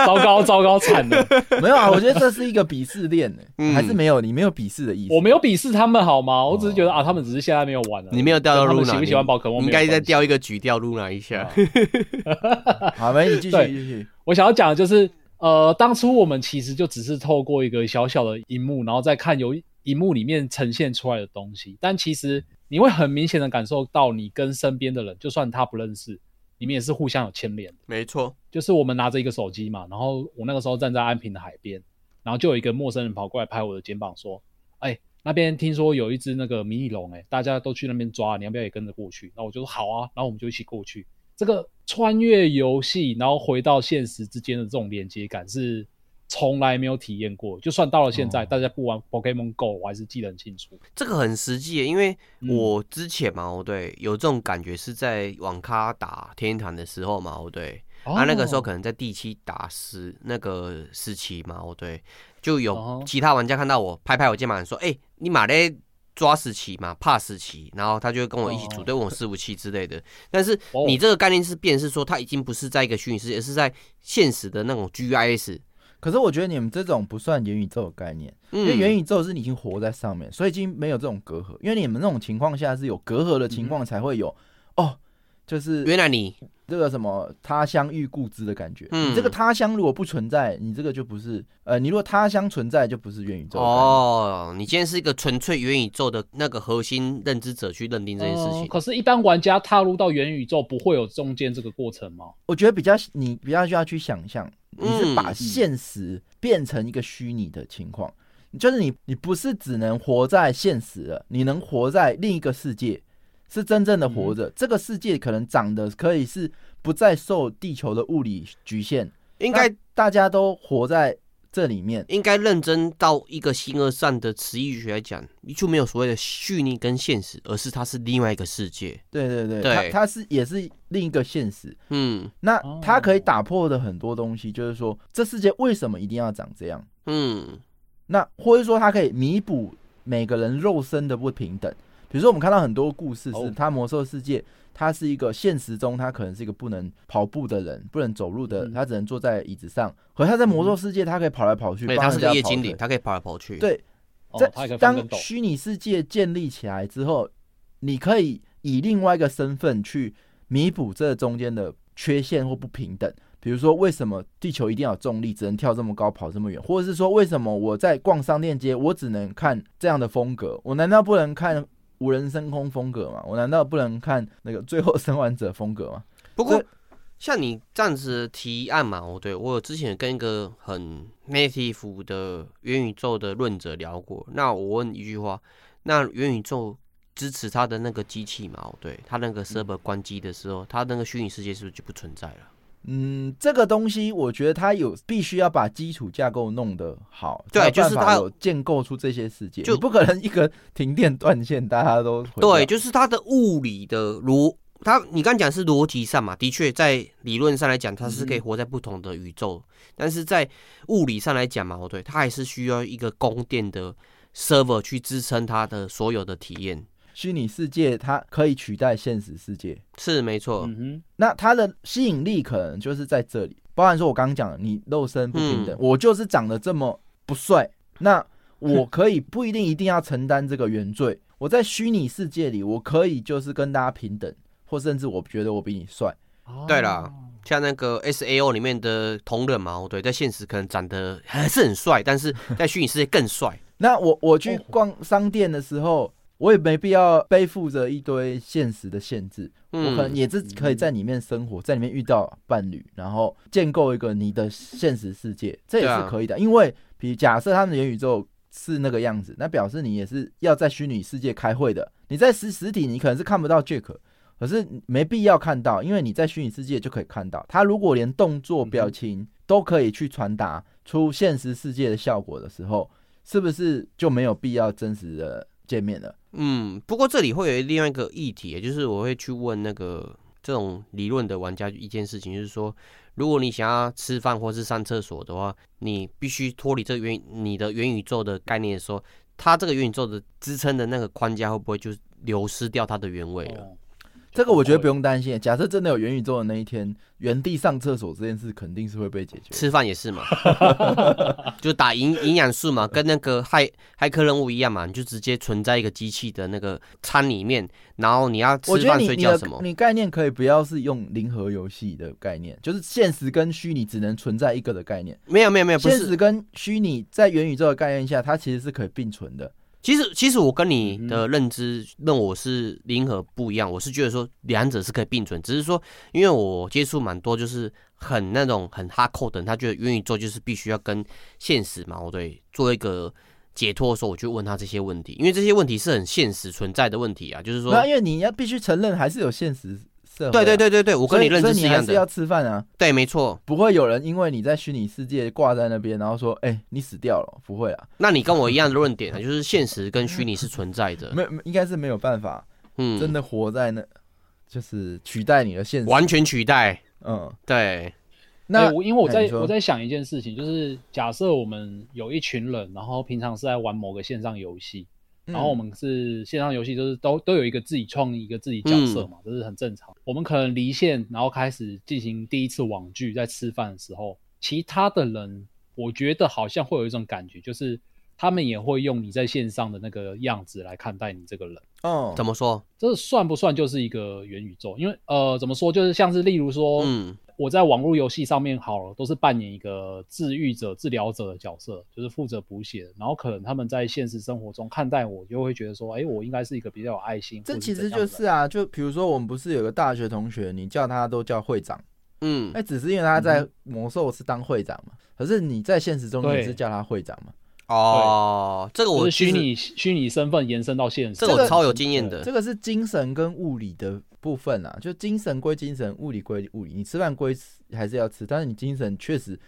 糟糕糟糕惨了，没有啊，我觉得这是一个鄙视链呢，嗯还是没有你没有鄙视的意思。 我没有鄙视他们好吗？我只是觉得、啊，他们只是现在没有玩了。你没有掉到跟他们 Luna，喜不喜欢宝可梦？你应该再。掉一个局掉 Luna 一啊下。 好，没你继续对继续。我想要讲的就是，呃，当初我们其实就只是透过一个小小的荧幕，然后再看由荧幕里面呈现出来的东西，但其实你会很明显的感受到，你跟身边的人，就算他不认识，你们也是互相有牵连的。没错，就是我们拿着一个手机嘛，然后我那个时候站在安平的海边，然后就有一个陌生人跑过来拍我的肩膀说：“哎、那边听说有一只那个迷你龙，哎，大家都去那边抓，你要不要也跟着过去？”然后我就说：“好啊。”然后我们就一起过去。这个穿越游戏，然后回到现实之间的这种连接感是从来没有体验过。就算到了现在，哦大家不玩 Pokemon Go，我还是记得很清楚。这个很实际耶，因为嗯我之前嘛，哦对，有这种感觉是在网咖打天堂的时候嘛，哦对，啊他、那个时候可能在第七打十那个时期嘛，哦对，就哦有其他玩家看到我拍拍我肩膀说：“哎、你马嘞抓十棋嘛，怕十棋。”然后他就会跟我一起组队，问我四五七之类的。但是哦你这个概念是变，是说它已经不是在一个虚拟世界，而是在现实的那种 GIS。可是我觉得你们这种不算元宇宙的概念，因为嗯，元宇宙是你已经活在上面，所以已经没有这种隔阂。因为你们那种情况下是有隔阂的情况才会有、哦，就是嗯原来你这个什么他乡遇故知的感觉。嗯你这个他乡如果不存在，你这个就不是呃，你如果他乡存在就不是元宇宙的概念。哦，你今天是一个纯粹元宇宙的那个核心认知者去认定这件事情。呃哦可是，一般玩家踏入到元宇宙，不会有中间这个过程吗？我觉得比较你比较需要去想象，你嗯是把现实变成一个虚拟的情况，就是你你不是只能活在现实了，你能活在另一个世界，是真正的活嗯着。这个世界可能长得可以是不再受地球的物理局限，应该那大家都活在这里面应该认真到一个形而上的词义学来讲，就没有所谓的虚拟跟现实，而是它是另外一个世界。对对对，对它它是也是另一个现实。嗯那哦它可以打破的很多东西，就是说这世界为什么一定要长这样？嗯那或者说它可以弥补每个人肉身的不平等。比如说，我们看到很多故事是哦，他魔兽世界，他是一个现实中他可能是一个不能跑步的人，不能走路的，嗯他只能坐在椅子上。可是他在魔兽世界，他可以跑来跑去，对，帮它嗯人是家个夜跑精灵，腿它可以跑来跑去。对，哦，他也可在以翻跟当斗，虚拟世界建立起来之后，你可以以另外一个身份去弥补这中间的缺陷或不平等。比如说，为什么地球一定要有重力，只能跳这么高、跑这么远？或者是说，为什么我在逛商店街，我只能看这样的风格？我难道不能看无人升空风格吗？我难道不能看那个最后生还者风格吗？不过这像你这样子的提案嘛，我对我有之前跟一个很 native 的元宇宙的论者聊过，那我问一句话，那元宇宙支持它的那个机器嘛？哦对，它那个 server 关机的时候，它那个虚拟世界是不是就不存在了？嗯，这个东西我觉得它有必须要把基础架构弄得好，对才有就是办法它有建构出这些世界，就你不可能一个停电断线大家都回对，家就是它的物理的逻，它你刚讲是逻辑上嘛，的确在理论上来讲，它是可以活在不同的宇宙，嗯但是在物理上来讲嘛，哦对，它还是需要一个供电的 server 去支撑它的所有的体验。虚拟世界它可以取代现实世界，是没错，嗯哼，那它的吸引力可能就是在这里，包含说我刚刚讲的，你肉身不平等，嗯我就是长得这么不帅，那我可以不一定一定要承担这个原罪，我在虚拟世界里，我可以就是跟大家平等，或甚至我觉得我比你帅。对啦了，像那个 S A O 里面的同人嘛，哦对，在现实可能长得还是很帅，但是在虚拟世界更帅。那我我去逛商店的时候，我也没必要背负着一堆现实的限制，我可能嗯，也是可以在里面生活，在里面遇到伴侣，然后建构一个你的现实世界，这也对是啊可以的。因为比如假设他们的元宇宙是那个样子，那表示你也是要在虚拟世界开会的。你在实实体你可能是看不到 Jack，可是没必要看到，因为你在虚拟世界就可以看到。他如果连动作、嗯表情都可以去传达出现实世界的效果的时候，是不是就没有必要真实的见面了？嗯，不过这里会有另外一个议题，也就是我会去问那个这种理论的玩家一件事情，就是说，如果你想要吃饭或是上厕所的话，你必须脱离这个元你的元宇宙的概念的时候，它这个元宇宙的支撑的那个框架会不会就流失掉它的原味了？哦这个我觉得不哎用担心。假设真的有元宇宙的那一天，原地上厕所这件事肯定是会被解决。吃饭也 是嘛，就打营营养素嘛，跟那个骇骇客任务一样嘛，你就直接存在一个机器的那个餐里面，然后你要吃我觉得饭你睡你觉的什么，你概念可以不要是用零和游戏的概念，就是现实跟虚拟只能存在一个的概念。没有没有没呃有，不现是实。跟虚拟在元宇宙的概念下，它其实是可以并存的。其实其实我跟你嗯哼的认知认我是零和不一样，我是觉得说两者是可以并存，只是说因为我接触蛮多就是很那种很哈扣的人，他觉得元宇宙就是必须要跟现实嘛，我对做一个解脱的时候，我就问他这些问题，因为这些问题是很现实存在的问题啊，就是说那因为你要必须承认，还是有现实社会、啊对对，对对对，我所跟以你认所知以是一你还样是要的。吃饭啊。对，没错。不会有人因为你在虚拟世界挂在那边，然后说：“哎、你死掉了。”不会啊，那你跟我一样的论点啊，就是现实跟虚拟是存在的。 没没应该是没有办法嗯，真的活在那，就是取代你的现实。完全取代。嗯，对，那、哎我因为我哎在你说我在想一件事情，就是假设我们有一群人，然后平常是在玩某个线上游戏，嗯然后我们是线上游戏，就是都都有一个自己创意一个自己角色嗯嘛，这是很正常。我们可能离线，然后开始进行第一次网剧，在吃饭的时候，其他的人我觉得好像会有一种感觉，就是他们也会用你在线上的那个样子来看待你这个人。嗯，怎么说？这算不算就是一个元宇宙？因为呃，怎么说，就是像是例如说，嗯我在网络游戏上面好了，都是扮演一个治愈者、治疗者的角色，就是负责补血。然后可能他们在现实生活中看待我，就会觉得说，哎，我应该是一个比较有爱心。这或者其实怎样就的是啊，就比如说我们不是有个大学同学，你叫他都叫会长，嗯哎，只是因为他在魔兽是当会长嘛，可是你在现实中对也是叫他会长嘛，哦，这个就我是虚其实拟虚拟身份延伸到现实，这个我超有经验啊的这个是精神跟物理的部分啊，就精神归精神，物理归物理，你吃饭归吃还是要吃，但是你精神确实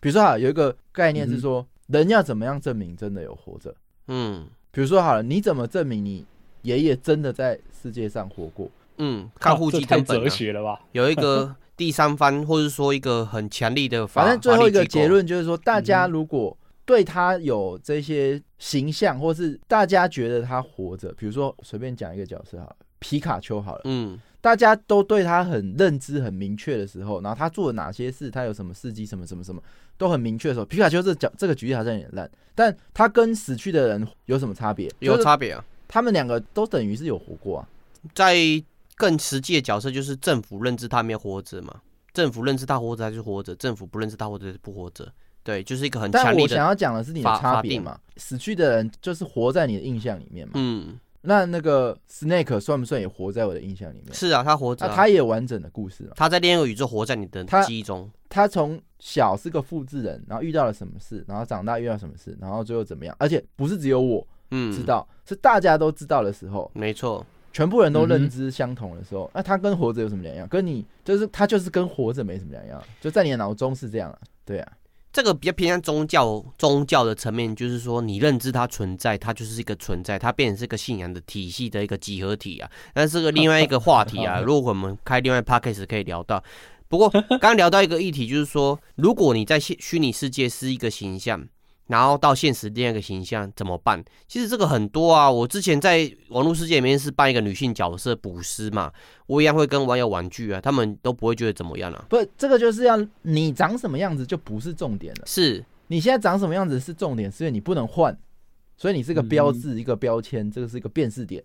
比如说啊哈，有一个概念是说，人要怎么样证明真的有活着？嗯比如说好了，你怎么证明你爷爷真的在世界上活过？嗯，看户籍这太成本、哲啊、学了吧？有一个第三方，或者说一个很强力的法，反正最后一法个律机构结，论就是说，大家如果对他有这些形象，或是大家觉得他活着，比如说随便讲一个角色好了，皮卡丘好了，嗯大家都对他很认知很明确的时候，然后他做了哪些事，他有什么事迹，什么什么什么都很明确的时候，皮卡丘这角这个举例好像有点烂，但他跟死去的人有什么差别？有就是差别啊。他们两个都等于是有活过啊。在更实际的角色，就是政府认知他没有活着嘛，政府认知他活着他就活着，政府不认知他活着就不活着，对，就是一个很但嗯强力我想的，要讲的是你的法差法别定嘛，死去的人就是活在你的印象里面嘛。嗯，那那个 Snake 算不算也活在我的印象里面？是啊，他活着那啊、他也完整的故事嘛。他在另一个宇宙活在你的他记忆中，他从小是个复制人，然后遇到了什么事，然后长大遇到什么事，然后最后怎么样？而且不是只有我嗯，知，道，是大家都知道的时候，没错，全部人都嗯认哼知相同的时候，那他跟活着有什么两样？跟你就是他就是跟活着没什么两样，就在你的脑中是这样啊。对啊，这个比较偏向宗教宗教的层面，就是说你认知它存在，它就是一个存在，它变成是一个信仰的体系的一个集合体啊。但是这个另外一个话题啊，好如果我们开另外 p a c k a g e 可以聊到。不过刚刚聊到一个议题，就是说如果你在现虚拟世界是一个形象。然后到现实另外一个形象怎么办？其实这个很多啊，我之前在网络世界里面是扮一个女性角色捕尸嘛，我一样会跟网友玩具啊，他们都不会觉得怎么样啊。不，这个就是要你长什么样子就不是重点了。是，你现在长什么样子是重点，是因为你不能换，所以你是个标志、一个标签，这个是一个辨识点。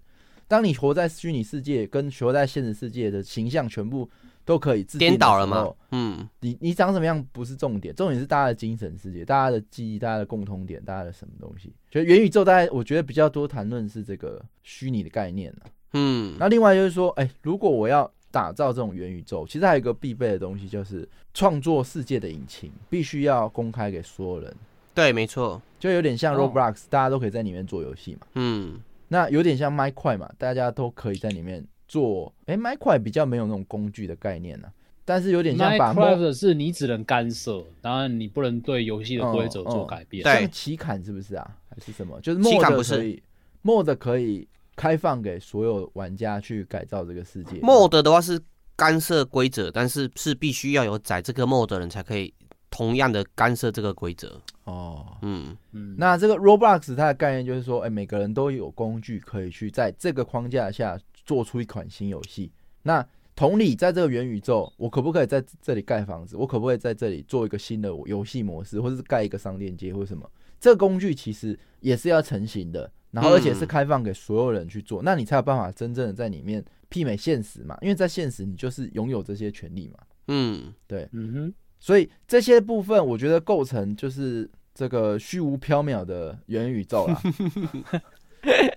当你活在虚拟世界跟活在现实世界的形象全部都可以制定的颠倒了时嘛候？嗯，你你长什么样不是重点，重点是大家的精神世界、大家的记忆、大家的共通点、大家的什么东西。所以元宇宙，大家我觉得比较多谈论是这个虚拟的概念、啊、嗯，那另外就是说，哎、如果我要打造这种元宇宙，其实还有一个必备的东西，就是创作世界的引擎必须要公开给所有人。对，没错，就有点像哦 Roblox，、大家都可以在里面做游戏嘛。嗯，那有点像麦块嘛，大家都可以在里面做。哎、麦块比较没有那种工具的概念呢、啊但是有点像把梦 Minecraft 是你只能干涉，当然你不能对游戏的规则做改变。嗯嗯对像棋砍是不是啊？还是什么？就是棋砍 mod 不是可以，mod 可以开放给所有玩家去改造这个世界。 mod 的话是干涉规则，但是是必须要有载这个 mod 的人才可以同样的干涉这个规则。哦。嗯，嗯，那这个 Roblox 它的概念就是说，哎、每个人都有工具可以去在这个框架下做出一款新游戏。那同理，在这个元宇宙，我可不可以在这里盖房子？我可不可以在这里做一个新的游戏模式，或者是盖一个商店街，或者什么？这个工具其实也是要成型的，然后而且是开放给所有人去做，那你才有办法真正的在里面媲美现实嘛？因为在现实你就是拥有这些权利嘛。嗯，嗯哼，所以这些部分，我觉得构成就是这个虚无缥缈的元宇宙 啦。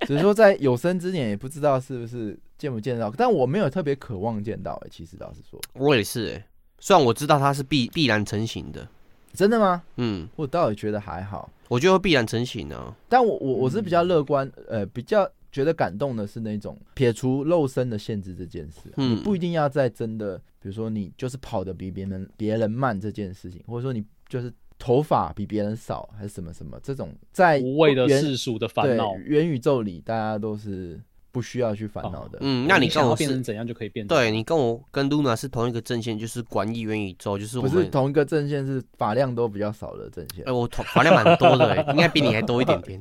只是说在有生之年也不知道是不是见不见到，但我没有特别渴望见到、欸。其实老实说，我也是、欸，虽然我知道它是必必然成型的，真的吗？嗯，我倒也觉得还好，我觉得会必然成型啊。但我我我是比较嗯乐观，呃，比较觉得感动的是那种撇除肉身的限制这件事，啊嗯你不一定要在真的，比如说你就是跑得比别人别人慢这件事情，或者说你就是头发比别人少还是什么什么这种，在无谓的原世俗的对，烦恼，元宇宙里大家都是不需要去烦恼哦的。嗯，那你想跟要我变成是，怎样就可以变成。对你跟我跟 Luna 是同一个阵线，就是管理元宇宙，就是我不是们。同一个阵线，是发量都比较少的阵线呃哎、。我头发量蛮多的、欸，应该比你还多一点点。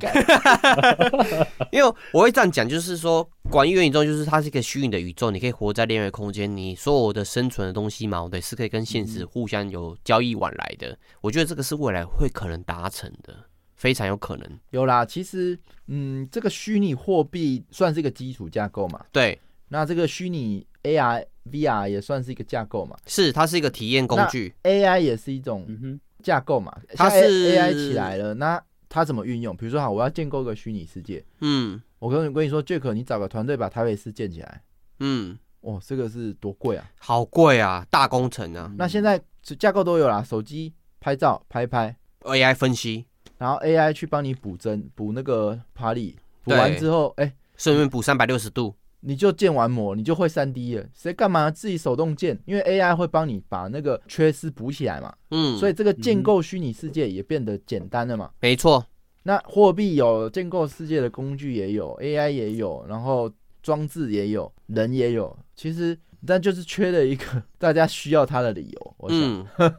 因为我会这样讲，就是说，管理元宇宙就是它是一个虚拟的宇宙，你可以活在另外一个空间，你所有的生存的东西嘛，对，是可以跟现嗯实互相有交易往来的。我觉得这个是未来会可能达成的，非常有可能。有啦，其实嗯，这个虚拟货币算是一个基础架构嘛，对，那这个虚拟 AR、VR 也算是一个架构嘛是它是一个体验工具， ，AI 也是一种嗯哼，架构嘛。它现在是 AI 起来了，那它怎么运用？比如说，好，我要建构一个虚拟世界，嗯我跟我跟你说，Jack，你找个团队把台北市建起来，嗯，哦，这个是多贵啊！好贵啊，大工程啊那现在架构都有啦，手机拍照拍一拍， ，AI 分析，然后 AI 去帮你补帧，补那个爬力，补完对之后，哎、顺便补三百六十度，你就建完模，你就会三 D 了，谁干嘛自己手动建？因为 AI 会帮你把那个缺失补起来嘛，嗯，所以以这个建构虚拟世界也变得简单了嘛。没错，那货币有建构世界的工具也有，AI 也有，然后装置也有，人也有。其实，但就是缺了一个大家需要它的理由。我想，嗯。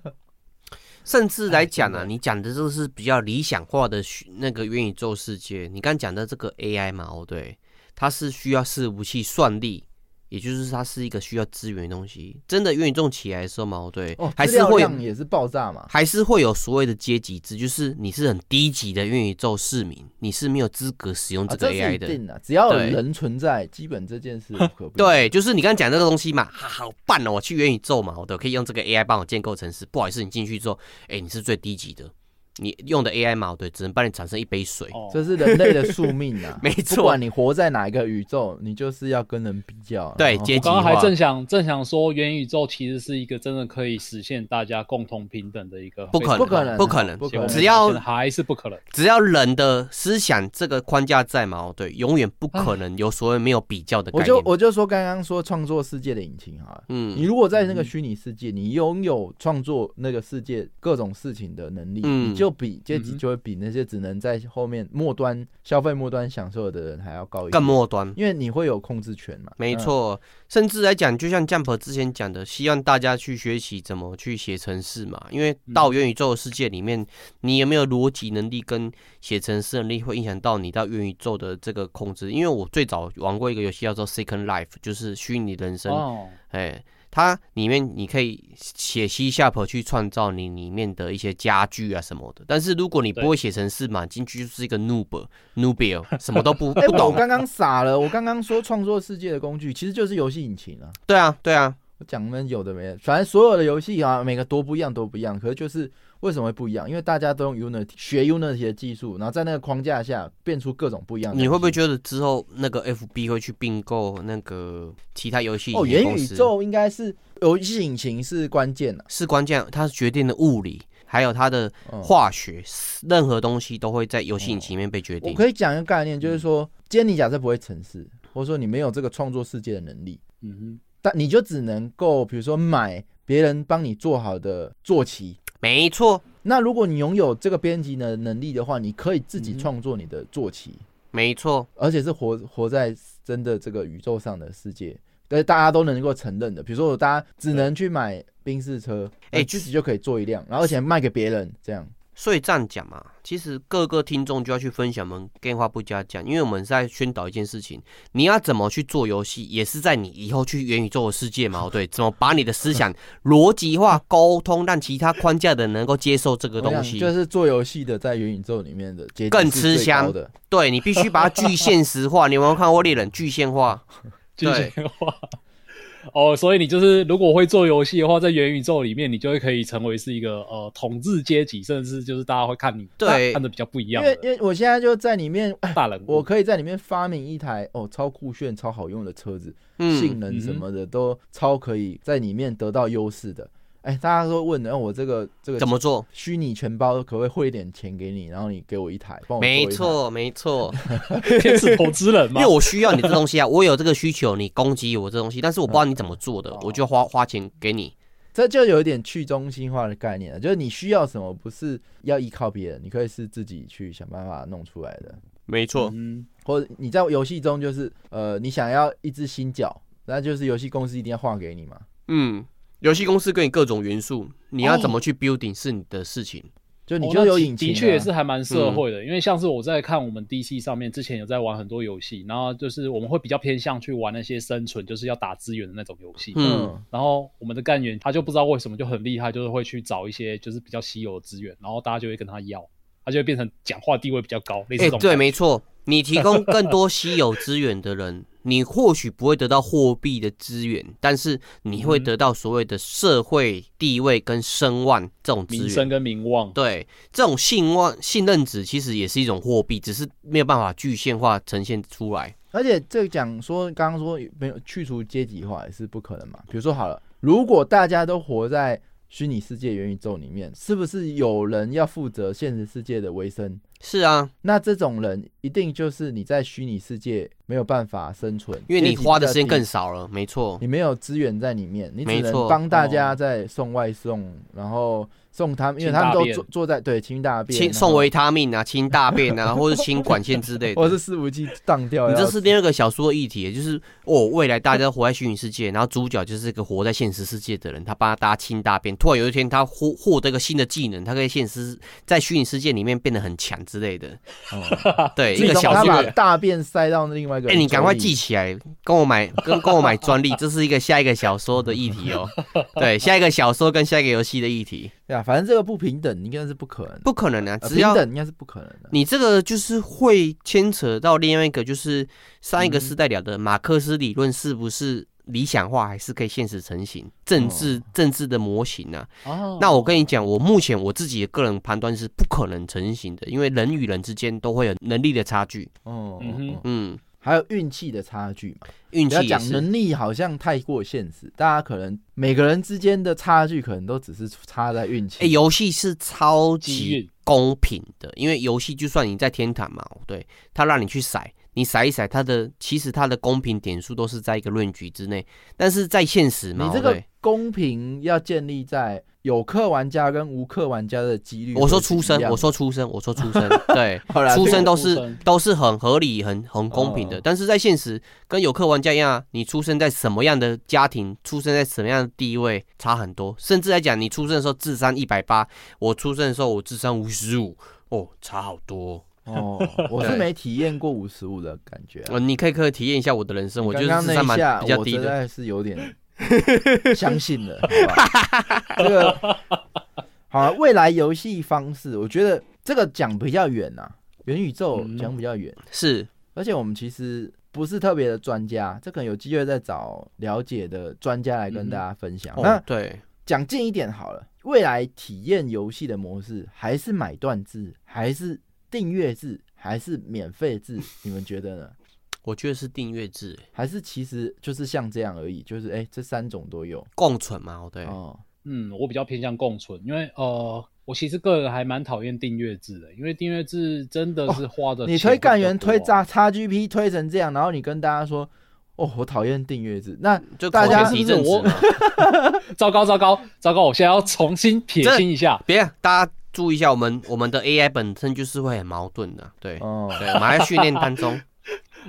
甚至来讲哎啊，真的你讲的这个是比较理想化的虚那个元宇宙世界。你刚讲的这个 AI 嘛，哦对，它是需要伺服器算力，也就是它是一个需要资源的东西。真的元宇宙起来的时候嘛，哦对，哦，还资是料会量也是爆炸嘛。还是会有所谓的阶级制，就是你是很低级的元宇宙市民，你是没有资格使用啊，这这个是 AI 一的。定的，只要有对人存在，基本这件 事无可不对，就是你刚刚讲那个东西嘛，啊、好棒哦！我去元宇宙嘛，我都可以用这个 AI 帮我建构城市。不好意思，你进去之后，哎，你是最低级的，你用的 AI 嘛，对，只能帮你产生一杯水。！哦，这是人类的宿命 啊没错不管你活在哪一个宇宙，你就是要跟人比较。对然后阶级刚刚化还正想正想说，元宇宙其实是一个真的可以实现大家共同平等的一个，不可能，不可能不可能不可结果能只要现在还是不可能。只要人的思想这个框架在嘛，哦对，永远不可能有所谓没有比较的概我念。就我就说刚刚说创作世界的引擎好了。你嗯如果在那个虚拟世界，你拥有创作那个世界各种事情的能力，嗯你就比阶级嗯哼就会比那些只能在后面末端消费末端享受的人还要高一更点，末端。因为你会有控制权嘛。没嗯，错，甚至来讲，就像 Jump 之前讲的，希望大家去学习怎么去写程式嘛，因为嗯到元宇宙的世界里面，你有没有逻辑能力跟写程式能力，会影响到你到元宇宙的这个控制。因为我最早玩过一个游戏叫做 Second Life，就是虚拟人生，哦，哎，它里面你可以写 C sharp 去创造你里面的一些家具啊什么的，但是如果你对不会写程式嘛，进去就是一个 noob noob，什么都不 哎、不我懂。刚刚傻了，我刚刚说创作世界的工具其实就是游戏引擎啊。对啊，对啊，我讲那有的没的，反正所有的游戏啊，每个多不一样，多不一样。可是就是为什么会不一样？因为大家都用 Unity 学 Unity 的技术，然后在那个框架下变出各种不一样的东西。你会不会觉得之后那个 FB 会去并购那个其他游戏哦，引擎元公宇司？宙应该是游戏引擎是关键的、是关键，它决定了物理，还有它的嗯哦化学，任何东西都会在游戏引擎里面被决我定。可以讲一个概念，就是说，今天你假设不会城市，或者说你没有这个创作世界的能力，嗯但你就只能够比如说买别人帮你做好的坐骑。没错，那如果你拥有这个编辑的能力的话，你可以自己嗯创作你的坐骑。没错，而且是活活在真的这个宇宙上的世界，但是大家都能够承认的。比如说，大家只能去买宾士车，哎哎，自己就可以做一辆，然后而且卖给别人，这样所以这样讲嘛，其实各个听众就要去分享我们电话不加讲，因为我们是在宣导一件事情，你要怎么去做游戏，也是在你以后去元宇宙的世界嘛，对，怎么把你的思 想逻辑化沟通，让其他框架的人能够接受这个我东想西，就是做游戏的在元宇宙里面的阶级更是吃最香高的。对你必须把它具现实化。你有没有看过《猎人》具 现化？哼，对的话，哦，所以你就是如果会做游戏的话，在元宇宙里面，你就会可以成为是一个呃统治阶级，甚至就是大家会看你对看的比较不一因样为的因为我现在就在里面，大人物。我可以在里面发明一台哦超酷炫、超好用的车子，性嗯，能什么的都超可以在里面得到优势的。哎，大家都问，然、后我这个这个怎么做？虚拟钱包可不可以汇一点钱给你，然后你给我一台，帮我做一没台错，没 错，天使投资人因嘛为，我需要你这东西啊， 我有这个需求，你攻击我这东西，但是我不知道你怎么做哦的，我就花花钱给你。这就有一点去中心化的概念了，就是你需要什么，不是要依靠别人，你可以是自己去想办法弄出来的。没错，嗯，或者你在游戏中就是，呃，你想要一只新脚，那就是游戏公司一定要画给你嘛。嗯，游戏公司给你各种元素，你要怎么哎去 building 是你的事情。就你哦就那有其引擎、啊嗯的确也是，还蛮社会的，因为像是我在看我们 DC 上面之前有在玩很多游戏，然后就是我们会比较偏向去玩那些生存，就是要打资源的那种游戏。嗯，嗯，然后我们的干员他就不知道为什么就很厉害，就是会去找一些就是比较稀有的资源，然后大家就会跟他要，他就会变成讲话地位比较高，类似哎、这种。对，没错，你提供更多稀有资源 的人，你或许不会得到货币的资源，但是你会嗯得到所谓的社会地位跟声望这种资名源声。跟名望。对，这种信望信任值其实也是一种货币，只是没有办法具现化呈现出来。而且这个讲说刚刚说没有去除阶级化也是不可能嘛。比如说好了，如果大家都活在虚拟世界元宇宙里面，是不是有人要负责现实世界的维生？是啊，那这种人一定就是你在虚拟世界没有办法生存，因为你花的时间阶级比较低更少了，没错你。没有资源在里面，你只没错能帮大家在送外送，然后送他们，因为他们清大都便坐坐在对清大便，清然后送维他命啊，清大便啊，或者清管线之类的。或者是伺服器荡掉，你然这后是第二个小说的议题，也就是哦，未来大家都活在虚拟世界，然后主角就是个活在现实世界的人，他帮大家清大便。突然有一天，他获获得一个新的技能，他可以现实在虚拟世界里面变得很强之类的。哦，对， 一自个动小他说把的。大便塞到另外一个哎、人手里。你赶快记起来，跟我买 跟跟我买专利，这是一个下一个小说的议题 哦。对，下一个小说跟下一个游戏的议题，对啊，反正这个不平等应该是不可能，不可能啊！呃只要平等应该是不可能的。你这个就是会牵扯到另外一个，就是上嗯一个时代聊的马克思理论是不是理想化，还是可以现实成型？政治、哦政治的模型啊。哦那我跟你讲，我目前我自己的个人判断是不可能成型的，因为人与人之间都会有能力的差距。哦，嗯哼哦哦嗯，还有运气的差距嘛。运不要气也讲是。能力，好像太过现实，大家可能每个人之间的差距，可能都只是差在运气。哎，游戏是超机级运公平的，因为游戏就算你在天堂嘛，对，他让你去骰，你骰一骰，它的其实它的公平点数都是在一个论局之内，但是在现实嘛，你这对个公平要建立在有氪玩家跟无氪玩家的几率。我说出生，我说出生，我说出 生，对好啦，出这生个都出是生都是很合理、很很公平的。嗯但是在现实，跟游客玩家一样啊，你出生在什么样的家庭，出生在什么样的地位，差很多。甚至来讲，你出生的时候智商一百八，我出生的时候我智商五十五，哦，差好多哦。哦，我是没体验过五十五的感觉啊、呃，你可以可以体验一下我的人生，我觉刚得刚智那商一蛮下，比较我低实的。在是有点相 信了，好吧？这个好了，未来游戏方式，我觉得这个讲比较远啊，元宇宙嗯讲比较远。是，而且我们其实不是特别的专家，这可能有机会再找了解的专家来跟大家分享。哦那，对，讲近一点好了，未来体验游戏的模式还是买断制，还是订阅制，还是免费制？ 你们觉得呢？我觉得是订阅制欸还是其实就是像这样而已，就是哎、这三种都有共存嘛，哦对，哦。嗯，我比较偏向共存，因为呃，我其实个人还蛮讨厌订阅制的，因为订阅制真的是花的、哦你推干员啊推炸，XGP 推成这样，然后你跟大家说，哦，我讨厌订阅制，那嗯就大家口蹄疫症是我子嘛 糟糕糟糕糟糕！我现在要重新撇清一下，别，啊大家注意一下，我们我们的 AI 本身就是会很矛盾的，对，哦，对，我们还在训练当中，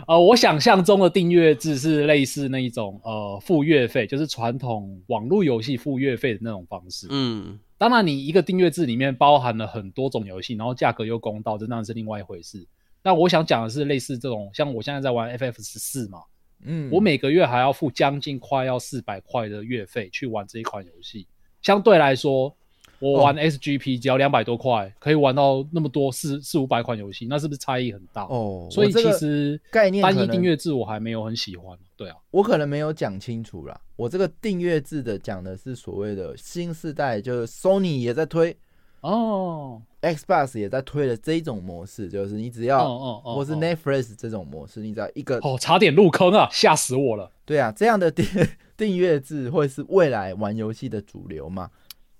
呃，我想象中的订阅制是类似那一种呃付月费，就是传统网络游戏付月费的那种方式。嗯，当然，你一个订阅制里面包含了很多种游戏，然后价格又公道，这当然是另外一回事。那我想讲的是，类似这种，像我现在在玩 FF 十四嘛，嗯，我每个月还要付将近快要四百块的月费去玩这一款游戏。相对来说，我玩 SGP 只要两百多块，可以玩到那么多四四五百款游戏，那是不是差异很大？哦，所以我这其个实概念单可一能订阅制我还没有很喜欢。对啊，我可能没有讲清楚啦。我这个订阅制的讲的是所谓的新世代，就是 Sony 也在推哦， ，Xbox 也在推的这一种模式，就是你只哦要、哦哦，或啊是哦 Netflix 这种模式，你只要一个哦，差点入坑啊，吓死我了。对啊，这样的订 订阅制会是未来玩游戏的主流嘛？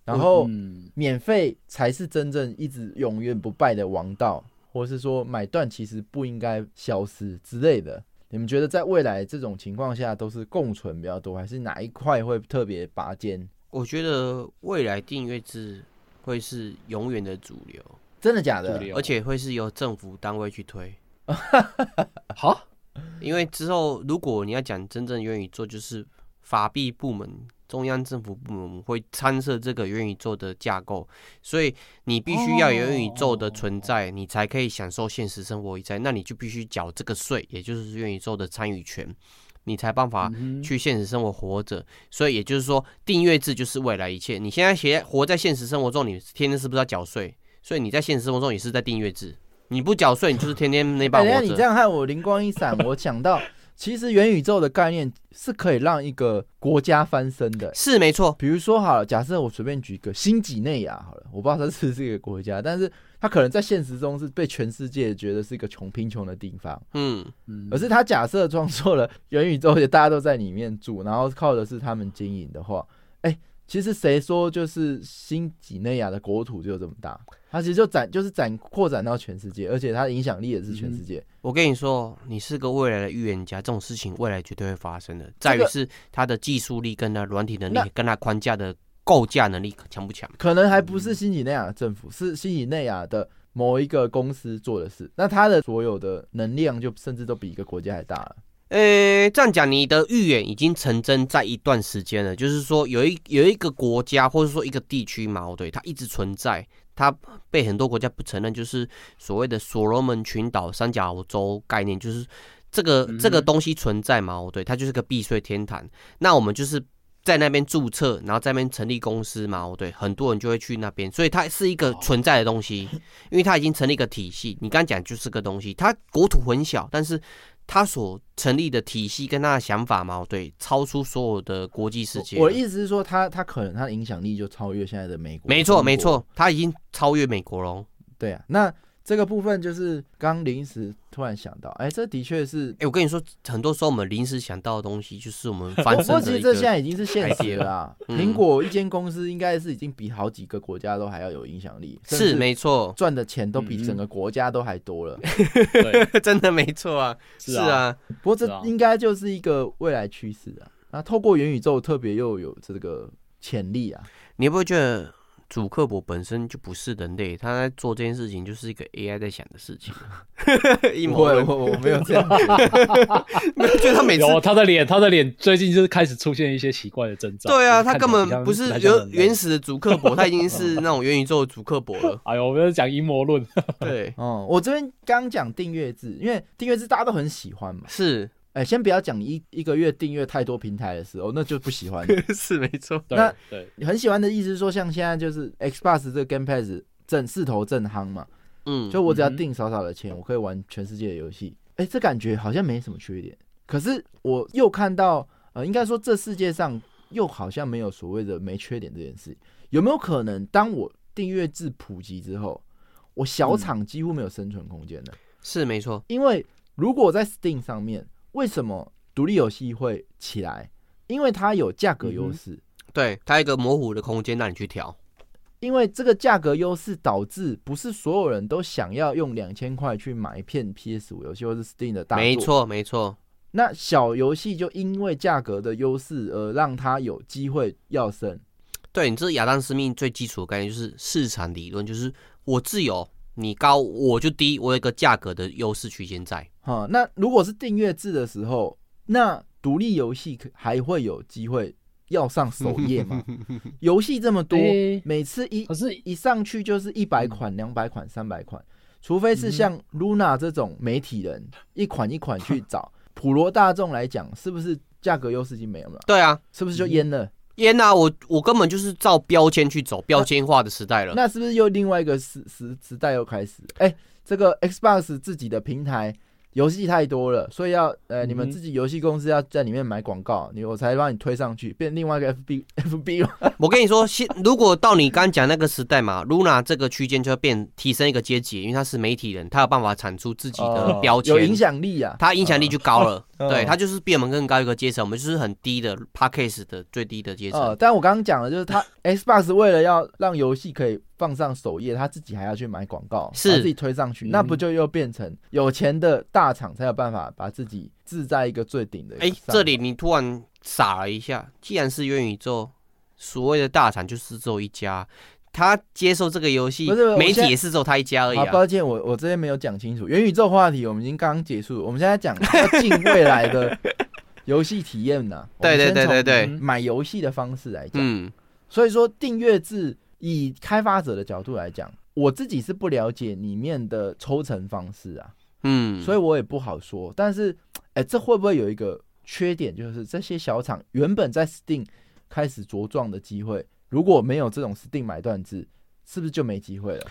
然后嗯，免费才是真正一直永远不败的王道，或是说买断其实不应该消失之类的。你们觉得在未来这种情况下都是共存比较多，还是哪一块会特别拔尖？我觉得未来订阅制会是永远的主流，真的假的主？流而且会是由政府单位 去推，好，因为之后如果你要讲真正元宇宙，就是法币部门。中央政府部门会参涉这个元宇宙的架构，所以你必须要有元宇宙的存在，你才可以享受现实生活一在。那你就必须缴这个税，也就是元宇宙的参与权，你才办法嗯哼去现实生活活着。所以也就是说，订阅制就是未来一切。你现在学活在现实生活中，你天天是不是要缴税？所以你在现实生活中也是在订阅制，你不缴税，你就是天天没哎办等一法下活你着。这样害我灵光一闪，我想到其实元宇宙的概念是可以让一个国家翻身的。是没错，比如说好了，假设我随便举一个新几内亚好了，我不知道它是不是一个国家，但是它可能在现实中是被全世界觉得是一个穷贫穷的地方，嗯，嗯可是它假设创作了元宇宙，而且大家都在里面住，然后靠的是他们经营的话，哎、其实谁说就是新几内亚的国土就这么大？它其实就展就是展扩展到全世界，而且它的影响力也是全世界。我跟你说，你是个未来的预言家，这种事情未来绝对会发生的，在于是他的技术力、跟他软体能力那、跟他框架的构架能力强不强？可能还不是新几内亚的政府，是新几内亚的某一个公司做的事。那它的所有的能量就甚至都比一个国家还大了。呃，这样讲，你的预言已经成真在一段时间了。就是说，有一有一个国家或者说一个地区矛盾，它一直存在，它被很多国家不承认，就是所谓的所罗门群岛三角洲概念，就是这个嗯哼这个东西存在矛盾，它就是个避税天堂。那我们就是。在那边注册，然后在那边成立公司嘛，哦对，很多人就会去那边，所以它是一哦个存在的东西，因为它已经成立一个体系。你刚讲就是个东西，它国土很小，但是他所成立的体系跟他的想法嘛，对，超出所有的国际世界。我我的意思是说它，它可能它的影响力就超越现在的美国。没中错国没，错，他已经超越美国了。对啊。那这个部分就是刚临时突然想到，哎、这的确是哎、我跟你说，很多时候我们临时想到的东西，就是我们翻不过身的其实一这个。现在已经是现实了啦。嗯苹果一间公司应该是已经比好几个国家都还要有影响力，甚是至没错， 赚的钱都比嗯整个国家都还多了。对，真的没错啊，是 是啊啊，不过这是啊应该就是一个未来趋势啊。那透过元宇宙，特别又有这个潜力啊。你会不会觉得主克伯本身就不是人类，他在做这件事情就是一个 AI 在想的事情， 一不模会，一样。我我没有这样觉得。 没有就他每次有他的脸，他的脸最近就是开始出现一些奇怪的征兆。对啊，就是他看根起来本比较不是比较像原人类原。始的主克伯，他已 经是那种元宇宙的主克伯了。哎呦，我们在讲阴谋论， 对，哦、我这边刚讲订阅制，因为订阅制大家都很喜欢嘛。 是哎、先不要讲你一一个月订阅太多平台的时候，那就不喜欢了。是没错。对那对，很喜欢的意思是说，像现在就是 Xbox 这个 Game Pass 正势头正夯嘛，嗯，就我只要嗯哼订少少的钱，我可以玩全世界的游戏。哎、这感觉好像没什么缺点。可是我又看到，呃，应该说这世界上又好像没有所谓的没缺点这件事。有没有可能，当我订阅制普及之后，我小厂几乎没有生存空间呢？是没错，因为如果在 Steam 上面，为什么独立游戏会起来？因为它有价格优嗯势。对，它有一个模糊的空间让你去调。因为这个价格优势导致不是所有人都想要用两千块去买一片 PS 五游戏或是 Steam 的大作，没。错，没错，那小游戏就因为价格的优势而让它有机会要升。对你这是亚当斯密最基础的概念就是市场理论，就是我自由，你高我就低，我有一个价格的优势区间在。哈、那如果是订阅制的时候，那独立游戏可还会有机会要上首 页吗？游戏这么多，诶每次一可是一上去就是一百款、两百款、三百款，除非是像 Luna 这种媒体人一款一款去找，普罗大众来讲，是不是价格优势已经没有了？对啊，是不是就淹了？耶娜，我我根本就是照标签去走，标签化的时代了。那是不是又另外一个时时时代又开始？哎、这个 Xbox 自己的平台游戏太多了，所以要呃，你们嗯自己游戏公司要在里面买广告，你我才帮你推上去，变另外一个 FB FB 嘛我跟你说，现如果到你刚讲那个时代嘛，Luna 这个区间就会变提升一个阶级，因为他是媒体人，他有办法产出自己的哦标签，有影响力啊。它影响力就高了，嗯对，它就是比我们更高一个阶层，我们就是很低的 p a c k a g e 的最低的阶层。呃，但我刚刚讲的就是它 Xbox 为了要让游戏可以放上首页，他自己还要去买广告，是嗯把自己推上去，那不就又变成有钱的大厂才有办法把自己置在一个最顶的？哎、这里你突然傻了一下，既然是元宇宙，所谓的大厂就是只有一家，他接受这个游戏不是不是，媒我现体在也是只有他一家而已好，啊。抱歉，我我这边没有讲清楚。元宇宙话题我们已经刚刚结束，我们现在讲要进未来 的游戏体验呐、我对们对先对对对，从嗯买游戏的方式来讲，嗯，所以说订阅制以开发者的角度来讲，我自己是不了解里面的抽成方式啊，嗯，所以我也不好说。但是，哎，这会不会有一个缺点，就是这些小厂原本在 Steam 开始茁壮的机会，如果没有这种 Steam 买断制，是不是就没机会了？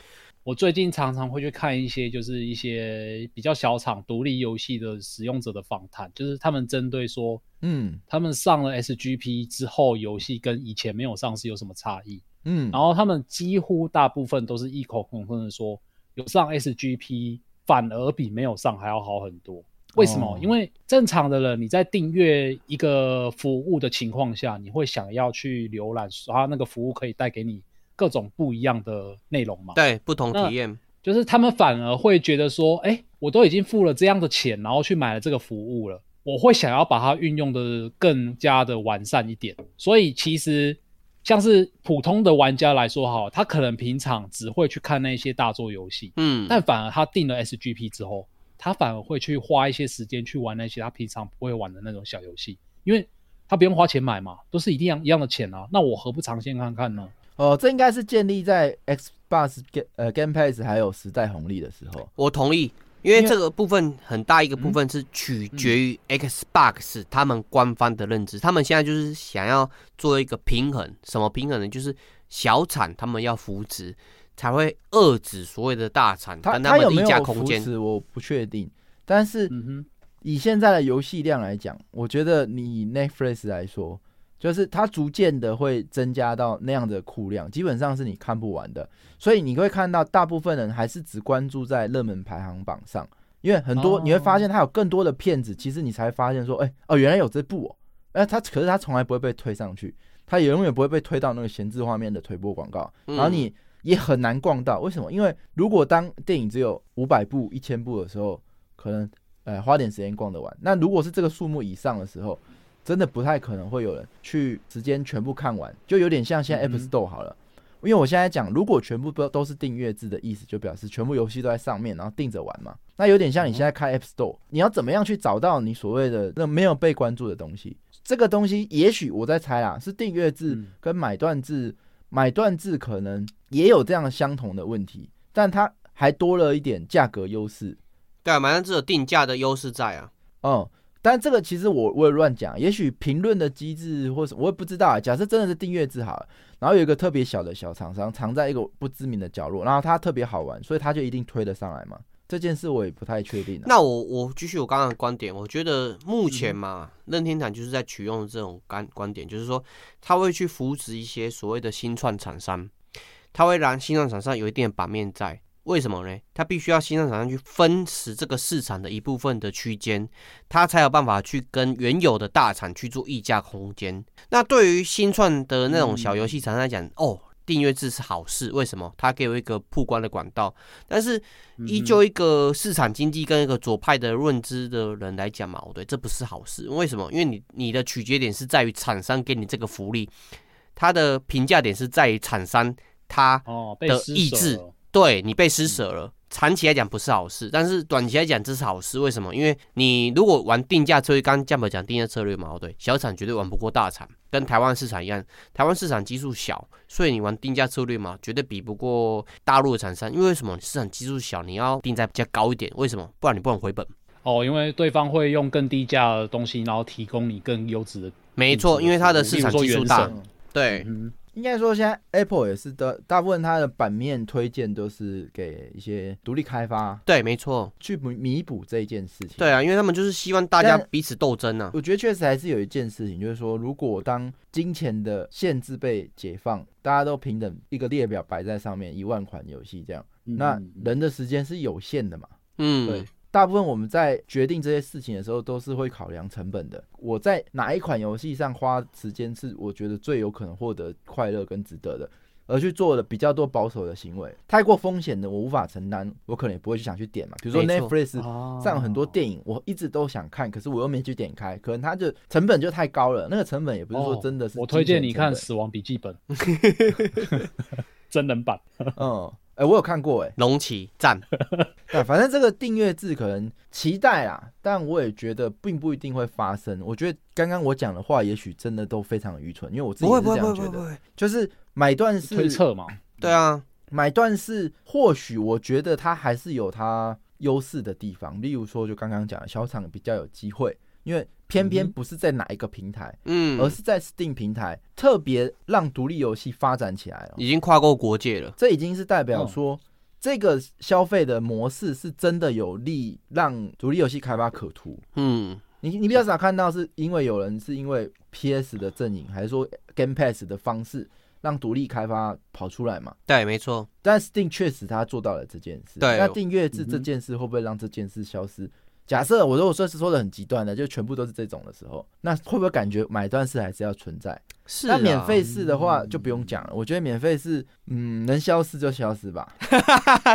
我最近常常会去看一些，就是一些比较小厂独立游戏的使用者的访谈，就是他们针对说嗯他们上了 SGP 之后，游戏跟以前没有上市有什么差异。嗯，然后他们几乎大部分都是异口同声的说，有上 SGP 反而比没有上还要好很多。为什么？哦因为正常的人你在订阅一个服务的情况下，你会想要去浏览它那个服务可以带给你各种不一样的内容嘛？对，不同那体验，就是他们反而会觉得说，哎、我都已经付了这样的钱，然后去买了这个服务了，我会想要把它运用的更加的完善一点。所以其实像是普通的玩家来说，哈，他可能平常只会去看那些大作游戏，嗯，但反而他定了 SGP 之后，他反而会去花一些时间去玩那些他平常不会玩的那种小游戏，因为他不用花钱买嘛，都是一样一样的钱啊，那我何不尝鲜看看呢？哦，这应该是建立在 Xbox Ga- 呃 Game Pass 还有时代红利的时候。我同意，因为因为这个部分很大一个嗯部分是取决于 Xbox 他们官方的认知，他们现在就是想要做一个平衡，什么平衡呢？就是小厂他们要扶持，才会遏制所谓的大厂，它但他它有们的没溢价有空扶间。持我不确定，但是嗯哼，以现在的游戏量来讲，我觉得你以 Netflix 来说，就是它逐渐的会增加到那样的库量，基本上是你看不完的，所以你会看到大部分人还是只关注在热门排行榜上，因为很多哦你会发现它有更多的片子，其实你才发现说，哎、哦，原来有这部哦，哎、它可是它从来不会被推上去，它也永远不会被推到那个闲置画面的推播广告，嗯然后你也很难逛到，为什么？因为如果当电影只有五百部、一千部的时候，可能呃花点时间逛得完。那如果是这个数目以上的时候，真的不太可能会有人去时间全部看完，就有点像现嗯在 App 哼 Store 好了。因为我现在讲，如果全部都都是订阅制的意思，就表示全部游戏都在上面，然后订着玩嘛。那有点像你现在开 App Store，你要怎么样去找到你所谓的那没有被关注的东西？这个东西也许我在猜啦，是订阅制嗯跟买断制，买断制可能也有这样相同的问题，但它还多了一点价格优势。对啊，马上只有定价的优势在啊。哦、但这个其实我我也乱讲，也许评论的机制或是我也不知道啊。假设真的是订阅制好了，然后有一个特别小的小厂商藏在一个不知名的角落，然后它特别好玩，所以它就一定推得上来嘛。这件事我也不太确定、啊。那我我继续我刚刚的观点，我觉得目前嘛，任天堂就是在取用这种观观点，就是说他会去扶持一些所谓的新创厂商，他会让新创厂商有一定的版面在。为什么呢？他必须要新创厂商去分食这个市场的一部分的区间，他才有办法去跟原有的大厂去做溢价空间。那对于新创的那种小游戏厂商来讲，哦，订阅制是好事，为什么？它给我一个曝光的管道，但是嗯依旧一个市场经济跟一个左派的认知的人来讲嘛，我哦对这不是好事。为什么？因为你你的取决点是在于厂商给你这个福利，它的评价点是在于厂商它哦，被的施意舍志了对你被施嗯舍了。长期来讲不是好事，但是短期来讲这是好事。为什么？因为你如果玩定价策略，刚刚 Jump 讲定价策略嘛，哦对，小厂绝对玩不过大厂，跟台湾市场一样，台湾市场基数小，所以你玩定价策略嘛，绝对比不过大陆的厂商。因为为什么？市场基数小，你要定在比较高一点，为什么？不然你不能回本。哦，因为对方会用更低价的东西，然后提供你更优质的。没嗯错，因为它的市场例如说基数原大神，对，嗯，应该说，现在 Apple 也是的，大部分它的版面推荐都是给一些独立开发对，没错，去弥弥补这一件事情。对啊，因为他们就是希望大家但彼此斗争啊。我觉得确实还是有一件事情，就是说，如果当金钱的限制被解放，大家都平等，一个列表摆在上面，一万款游戏这样，嗯那人的时间是有限的嘛？对嗯，大部分我们在决定这些事情的时候，都是会考量成本的。我在哪一款游戏上花时间，是我觉得最有可能获得快乐跟值得的，而去做了比较多保守的行为。太过风险的，我无法承担，我可能也不会去想去点嘛。比如说没错 Netflix 哦上很多电影，我一直都想看，可是我又没去点开，可能它就成本就太高了。那个成本也不是说哦真的是、我推荐你看《死亡笔记本》 真人版，嗯，哎、我有看过、哎。龙骑赞，对，反正这个订阅制可能期待啦，但我也觉得并不一定会发生。我觉得刚刚我讲的话，也许真的都非常愚蠢，因为我自己不会也是不会不这样会觉不得。会，就是买断是推测嘛，对啊，买断是，或许我觉得它还是有它优势的地方，例如说就刚刚讲的小厂比较有机会，因为偏偏嗯哼不是在哪一个平台，嗯，而是在 Steam 平台特别让独立游戏发展起来了。哦已经跨过国界了。这已经是代表嗯说、这个消费的模式是真的有利让独立游戏开发可图。嗯，你你比较少看到是因为有人是因为 PS 的阵营，还是说 Game Pass 的方式让独立开发跑出来嘛？对，没错，但 Steam 确实它做到了这件事。对那订阅制嗯哼这件事会不会让这件事消失？假设我如果说是说的很极端的，就全部都是这种的时候，那会不会感觉买断式还是要存在？是那啊免费式的话就不用讲了，我觉得免费式，嗯，能消失就消失 吧，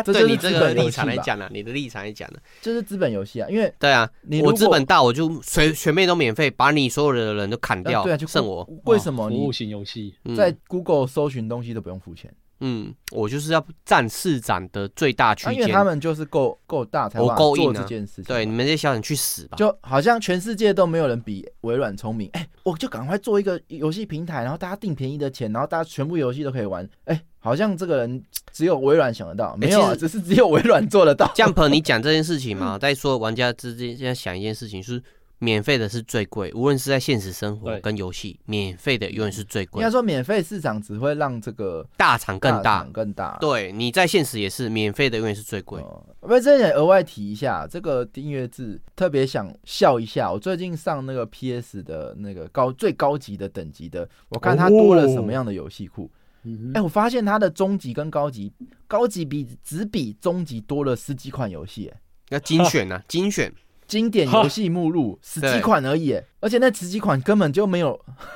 这对就是你资这本个游戏立场来吧讲呢，你的立场来讲呢，啊就是资本游戏啊，因为对啊，你如我果资本大，我就随全面都免费，把你所有的人都砍呃掉对啊，就，剩我。为什么哦服你务型游戏？嗯在 Google 搜寻东西都不用付钱？嗯，我就是要占市长的最大区啊因为间他。们就是够够大才有我办法够硬做啊这件事情嘛。对，你们这些小人去死吧！就好像全世界都没有人比微软聪明，哎、我就赶快做一个游戏平台，然后大家定便宜的钱，然后大家全部游戏都可以玩，哎、好像这个人只有微软想得到，没有、啊，哎其只是只有微软做得到。 Jump，你讲这件事情 嘛，在说玩家之间现在想一件事情，就是免费的是最贵，无论是在现实生活对跟游戏，免费的永远是最应贵该。说，免费市场只会让这个大厂更大大厂，更大。对，你在现实也是免费的永远是最贵。哦，不是，这也额外提一下，这个订阅制特别想笑一下。我最近上那个 PS 的那个高最高级的等级的，我看它多了什么样的游戏库。嗯哎、我发现它的中级跟高级，高级比只比中级多了十几款游戏，哎要精选 呢、啊，精选经典游戏目录十几 对款而已，哎而且那十几款根本就没有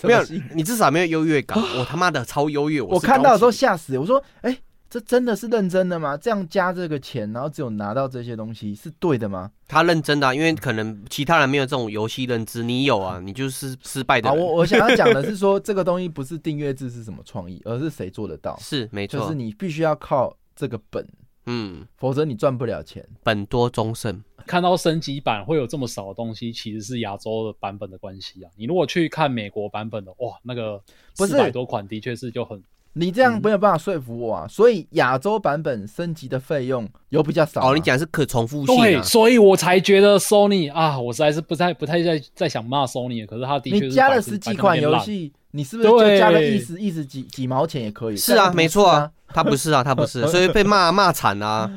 什没么有新，你至少没有优越 感。我他妈的超优越，我是看到的时候高级吓死，我说，哎、这真的是认真的吗？这样加这个钱，然后只有拿到这些东西，是对的吗？他认真的啊、因为可能其他人没有这种游戏认知，你有 啊，你就是失败的啊，人。我我想要讲的是说，这个东西不是订阅制是什么创意，而是谁做得到，是没就错，是你必须要靠这个本，嗯，否则你赚不了钱。本多终胜，看到升级版会有这么少的东西，其实是亚洲的版本的关系啊。你如果去看美国版本的，哇，那个不四是百多款的确是就很你这样没有办法说服我啊，所以亚洲版本升级的费用有比较少吗。哦，你讲是可重复性对，啊，所以我才觉得 Sony 啊，我实在是不太不太在在想骂 Sony，了可是他的确你是加了摆出十几摆出款那边游烂，戏，你是不是就加个对意思意思几几毛钱也可以？是但啊，不没错啊啊，，他不是啊，他不 是，所以被骂骂惨啊，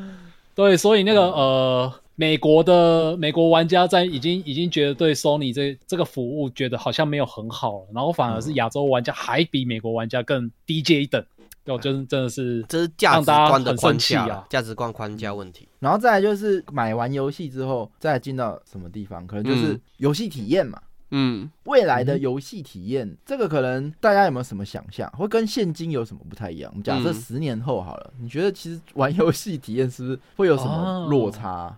对，所以那个嗯呃，美国的美国玩家在已经已经觉得对 Sony 这这个服务觉得好像没有很好了，然后反而是亚洲玩家还比美国玩家更低阶一等，就真真的是这是价值让大观的框架家很生气啦啊，价、值观框架问题。然后再来就是买完游戏之后，再进到什么地方，可能就是嗯游戏体验嘛。嗯，未来的游戏体验，这个可能大家有没有什么想象？会跟现今有什么不太一样？我们假设嗯十年后好了，你觉得其实玩游戏体验是不是会有什么哦落差？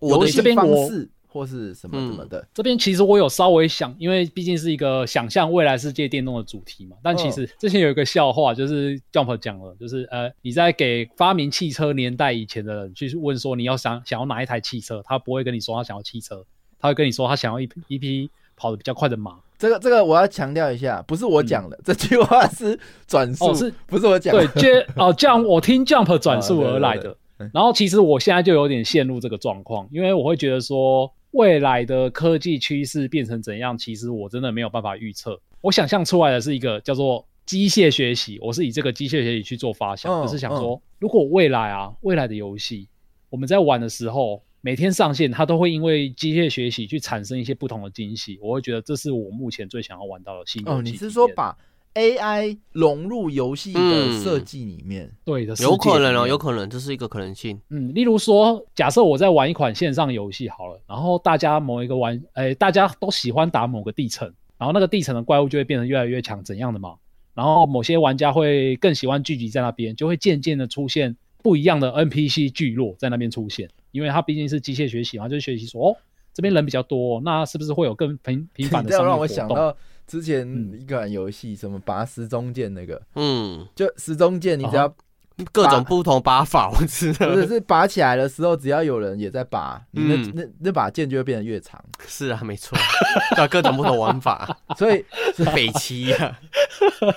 我游的这戏边方我嗯式或是什么什么的？这边其实我有稍微想，因为毕竟是一个想象未来世界电动的主题嘛。但其实之前有一个笑话，就是 Jump 讲了，就是呃，你在给发明汽车年代以前的人去问说你要想想要哪一台汽车，他不会跟你说他想要汽车，他会跟你说他想要一匹一匹跑得比较快的马。这个这个我要强调一下，不是我讲的，这句话是转述，嗯哦是不是我讲的？对， 接哦这样我听 Jump 转述而来的。啊对然后其实我现在就有点陷入这个状况，因为我会觉得说未来的科技趋势变成怎样，其实我真的没有办法预测。我想象出来的是一个叫做机械学习，我是以这个机械学习去做发想，嗯就是想说，如果未来啊，未来的游戏我们在玩的时候。每天上线，它都会因为机械学习去产生一些不同的惊喜。我会觉得这是我目前最想要玩到的新游戏体验。哦，你是说把 AI 融入游戏的嗯设计里面？对的世界有可能里哦，面有可能，这是一个可能性。嗯，例如说，假设我在玩一款线上游戏好了，然后大家某一个玩，诶，大家都喜欢打某个地层，然后那个地层的怪物就会变得越来越强，怎样的嘛？然后某些玩家会更喜欢聚集在那边，就会渐渐的出现不一样的 NPC 聚落在那边出现，因为它毕竟是机械学习嘛，就学习说哦，这边人比较多、哦那是不是会有更频频繁 你的这商业样让我活想动到之前嗯一款游戏，什么拔时钟剑那个，嗯，就时钟剑，你只要各种不同拔法，我知道 不。是是拔起来的时候，只要有人也在拔，你那、嗯那那把剑就会变得越长。是啊，没错， 对啊，各种不同玩 法，所以北七啊。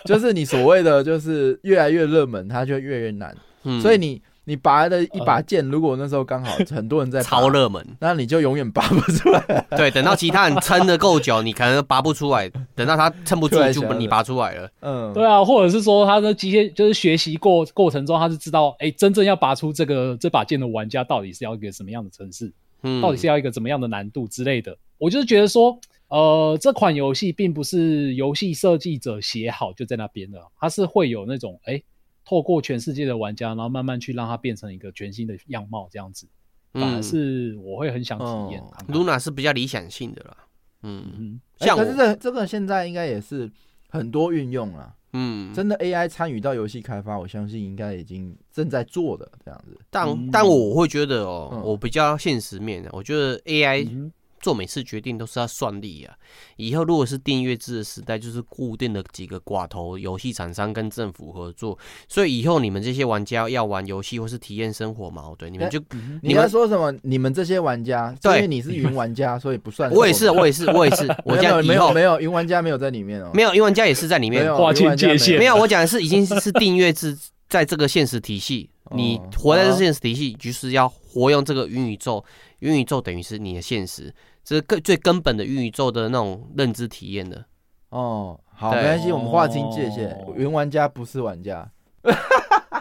就是你所谓的就是越来越热门，它就越来越难。嗯所以你你拔的一把剑，如果那时候刚好很多人在拔呃超，热门，那你就永远拔不出来。对，等到其他人撑的够久，你可能拔不出来，等到他撑不住 突然，就想到你拔出来了。嗯，对啊，或者是说他的机械就是学习过过程中，他是知道，哎、真正要拔出这个这把剑的玩家到底是要一个什么样的城市，嗯，到底是要一个怎么样的难度之类的。我就是觉得说，呃，这款游戏并不是游戏设计者写好就在那边的，它是会有那种哎、诶透过全世界的玩家，然后慢慢去让它变成一个全新的样貌这样子。反而嗯是我会很想体验哦看看。 ，Luna 是比较理想性的啦。嗯，嗯哎像可是我，这这个现在应该也是很多运用了。嗯，真的 AI 参与到游戏开发，我相信应该已经正在做的这样子。但嗯但我会觉得哦嗯，我比较现实面的，啊我觉得 AI 哼嗯做每次决定都是要算力啊。以后如果是订阅制的时代，就是固定的几个寡头游戏厂商跟政府合作，所以以后你们这些玩家要玩游戏或是体验生活嘛，对，你哎们就嗯哼 你你们在说什么？你们这些玩家，对因为你是云 玩家，所以不算。我也是，我也是，我也是，我没这有样没以有后没有云玩家没有在里面哦，没有，因为玩家也是在里面没，有划清界限没有，我讲的是已经是是订阅制，在这个现实体系，哦你活啊在这现实体系，就是要活用这个元宇宙。元宇宙等于是你的现实，这是更最根本的元宇宙的那种认知体验的。哦。好，对没关系，我们划清界限哦。云玩家不是玩家，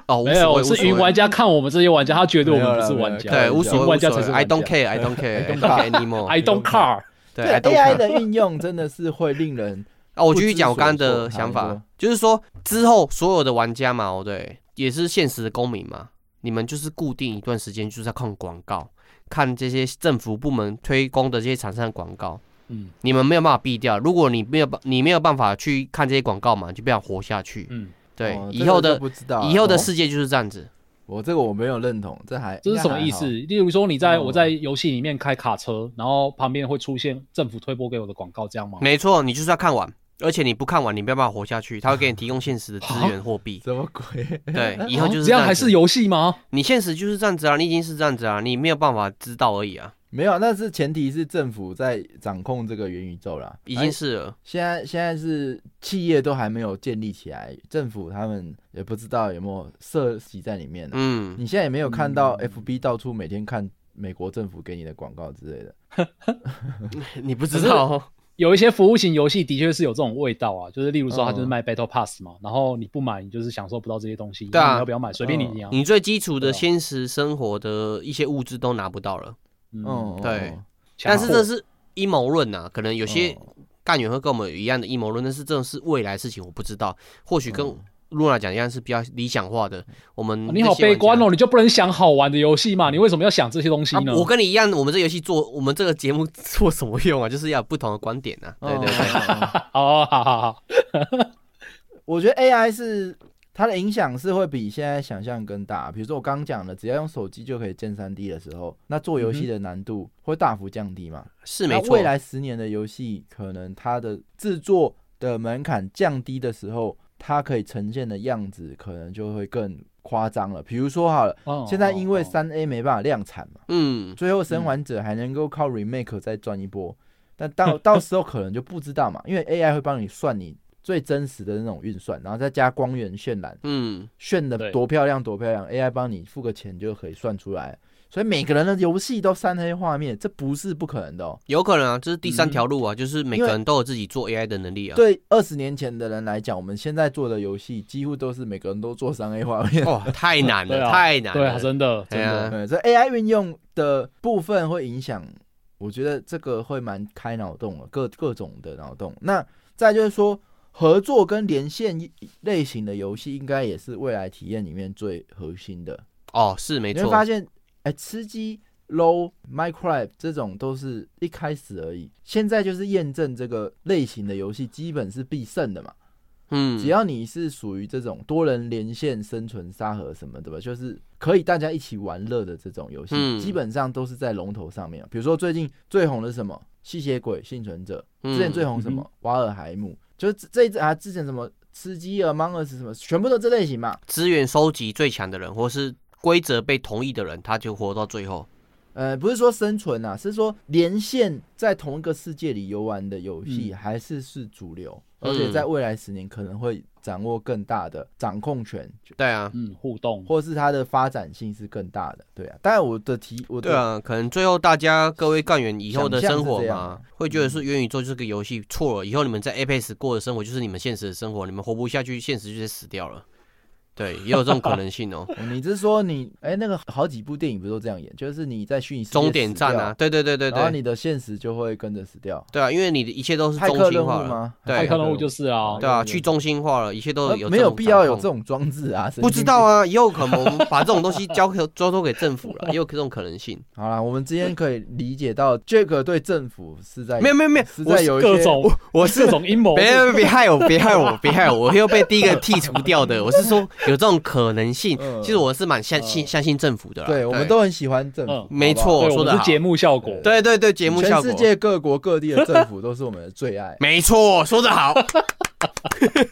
哦，无没所有谓，无是所谓云玩家看我们这些玩家，他觉得我们不是玩家，没有啦对，没有啦无所云谓，无玩家所才谓是。 I 玩 don't 家。 care, I don't care, I I don't don't care anymore. I don't care。对，I don't AI care。的运用真的是会令人啊，我继续讲我不知刚刚所的措哎想好你法说，就是说之后所有的玩家嘛，哦对，也是现实的公民嘛，你们就是固定一段时间就是要看广告，看这些政府部门推供的这些厂商的广告，嗯你们没有办法避掉。如果你没有办，你没有办法去看这些广告嘛，你就不想活下去。嗯， 对哦，以后这个的就不知道啊以后的哦世界就是这样子。我这个我没有认同，这还这是什么意思？？例如说，你在哦我在游戏里面开卡车，然后旁边会出现政府推播给我的广告，这样哦吗？没错，你就是要看完，而且你不看完，你没有办法活下去。他会给你提供现实的资源货币。什么鬼？ 对，以后就是哦这样子还是游戏吗？你现实就是这样子啊，你已经是这样子啊，你没有办法知道而已啊，没有，那是前提是政府在掌控这个元宇宙啦。已哎经是了。现在现在是企业都还没有建立起来，政府他们也不知道有没有涉及在里面、啊嗯，你现在也没有看到嗯 FB 到处每天看美国政府给你的广告之类的。你不知道哦，有一些服务型游戏的确是有这种味道啊，就是例如说，它就是嗯卖 Battle Pass 嘛，然后你不买，你就是享受不到这些东西。对啊那你要不要买？随便你啊。你最基础的现实生活的一些物质都拿不到了。嗯，嗯，对哦强但是这迫是阴谋论呐，可能有些哦干员会跟我们有一样的阴谋论，但是这种是未来事情，我不知道。或许跟嗯露娜讲一样是比较理想化的。我们你好这些玩悲家观哦，。你就不能想好玩的游戏嘛？你为什么要想这些东西啊呢？，我跟你一样，我们这游戏做，我们这个节目 做什么用啊？就是要有不同的观点呐。嗯对对对，哦 哦哦，好好 好， 我觉得 AI 是它的影响是会比现在想象更大。比如说我刚刚讲的，只要用手机就可以建3 D 的时候，那做游嗯戏的难度会大幅降低嘛？是那没错未。来十年的游戏，可能它的制作的门槛降低的时候，它可以呈现的样子可能就会更夸张了。比如说好了，哦现在因为哦哦三 A 没办法量产嘛，嗯，最后生还者还能够靠 remake 再赚 一波，但到到时候可能就不知道嘛，因为 AI 会帮你算你最真实的那种运算，然后再加光源渲染，嗯，炫对的多漂亮多漂亮，AI 帮你付个钱就可以算出来。所以每个人的游戏都三 A 画面，这不是不可能的哦。有可能啊，这是第三条路啊，就是每个因人都有自己做 AI 的能力啊。对二十年前的人来讲，我们现在做的游戏几乎都是每个人都做三 A 画 面。哇，哦太难对了，啊太难对啊，了。真的真哎呀的，对，这 AI 运用的部分会影响，我觉得这个会蛮开脑洞的，各各种的脑洞。那再就是说，合作跟连线类型的游戏，应该也是未来体验里面最核心的。哦，是没你错会。发现，哎、吃鸡、low、Minecraft 这种都是一开始而已，现在就是验证这个类型的游戏基本是必胜的嘛。嗯，只要你是属于这种多人连线、生存、沙盒什么的吧，就是可以大家一起玩乐的这种游戏，嗯基本上都是在龙头上面。比如说最近最红的是什么？吸血鬼幸存者，嗯之前最红什么？瓦尔海姆，就是这这一次啊，之前什么吃鸡、啊、Among Us 什么，全部都这类型嘛。资源收集最强的人，或是规则被同意的人，他就活到最后。呃，不是说生存啊，是说连线在同一个世界里游玩的游戏嗯还是是主流，嗯而且在未来十年可能会掌握更大的掌控权，对啊，嗯，互动或是它的发展性是更大的，对啊。当然我的提我对的啊，可能最后大家各位干员以后的想象生是活这样嘛啊，会觉得是元宇宙就是个游戏，错了。以后你们在 Apex 过的生活就是你们现实的生活，你们活不下去，现实就得死掉了。对，也有这种可能性哦。哦你是说你哎、那个好几部电影不是都这样演，就是你在虚拟世界终点站死啊，掉，对对对对然后对，你的现实就会跟着死掉。对啊，因为你的一切都是派中克任心务化了，吗？对派克任务就是啊对啊，去中心化了，一切都呃有、没有必要有这种。种装置啊？神不经知道病。啊，也有可能把这种东西交给交托给政府了，也有这种可能性。好啦，我们之间可以理解到 Jack 对政府哎是在没有没有没有，实在有一各些种我各 种阴谋，别别别害我，别害我，别害我，我又被第一个剔除掉的。我是说有这种可能性嗯，其实我是蛮相信嗯相信政府的啦。对，我们都很喜欢政嗯府，好不好没错对，说我得们好是节目效果，对对对，节目效全果。世，界各国各地的政府都是我们的最爱没错，说得好。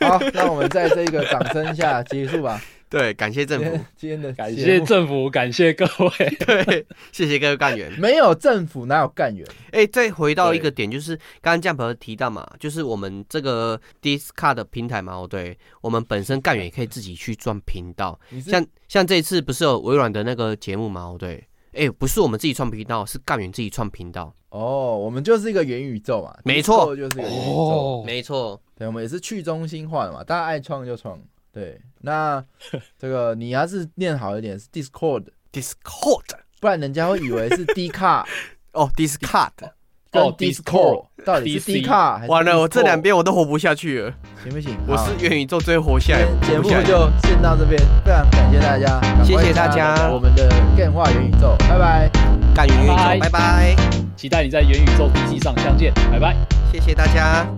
好，那我们在这个掌声下结束吧。对，感谢政今府天，今天的感节谢目政府，感谢各位。 对，谢谢各位干 员。没有政府哪有干员？哎、再回到一对个点，就是刚刚酱朋友提到嘛，就是我们这个 Discard 平台嘛，哦，对我们本身干员也可以自己去赚频道，你是像像这一次不是有微软的那个节目嘛，哦，对，哎、不是我们自己创频道，是干员自己创频道，哦，我们就是一个元宇宙嘛，没错 Discord 就是一个元宇宙。没错，对，我们也是去中心化的嘛，大家爱创就创。对， 那这个你要是念好一点是 Discord， Discord 不然人家会以为是 D 卡哦，Discard，跟哦 Discord，到底是 DC D 卡还是完了，我这 Discord？两边我都活不下去了，行不行？我好是元宇宙最活下来，今活天节目不下来就先到这边，非常感谢大家，赶快谢谢大加家我们的电话元宇宙，拜拜。干员元宇宙，拜 拜拜，期待你在元宇宙 DC 上相见，拜拜。谢谢大家，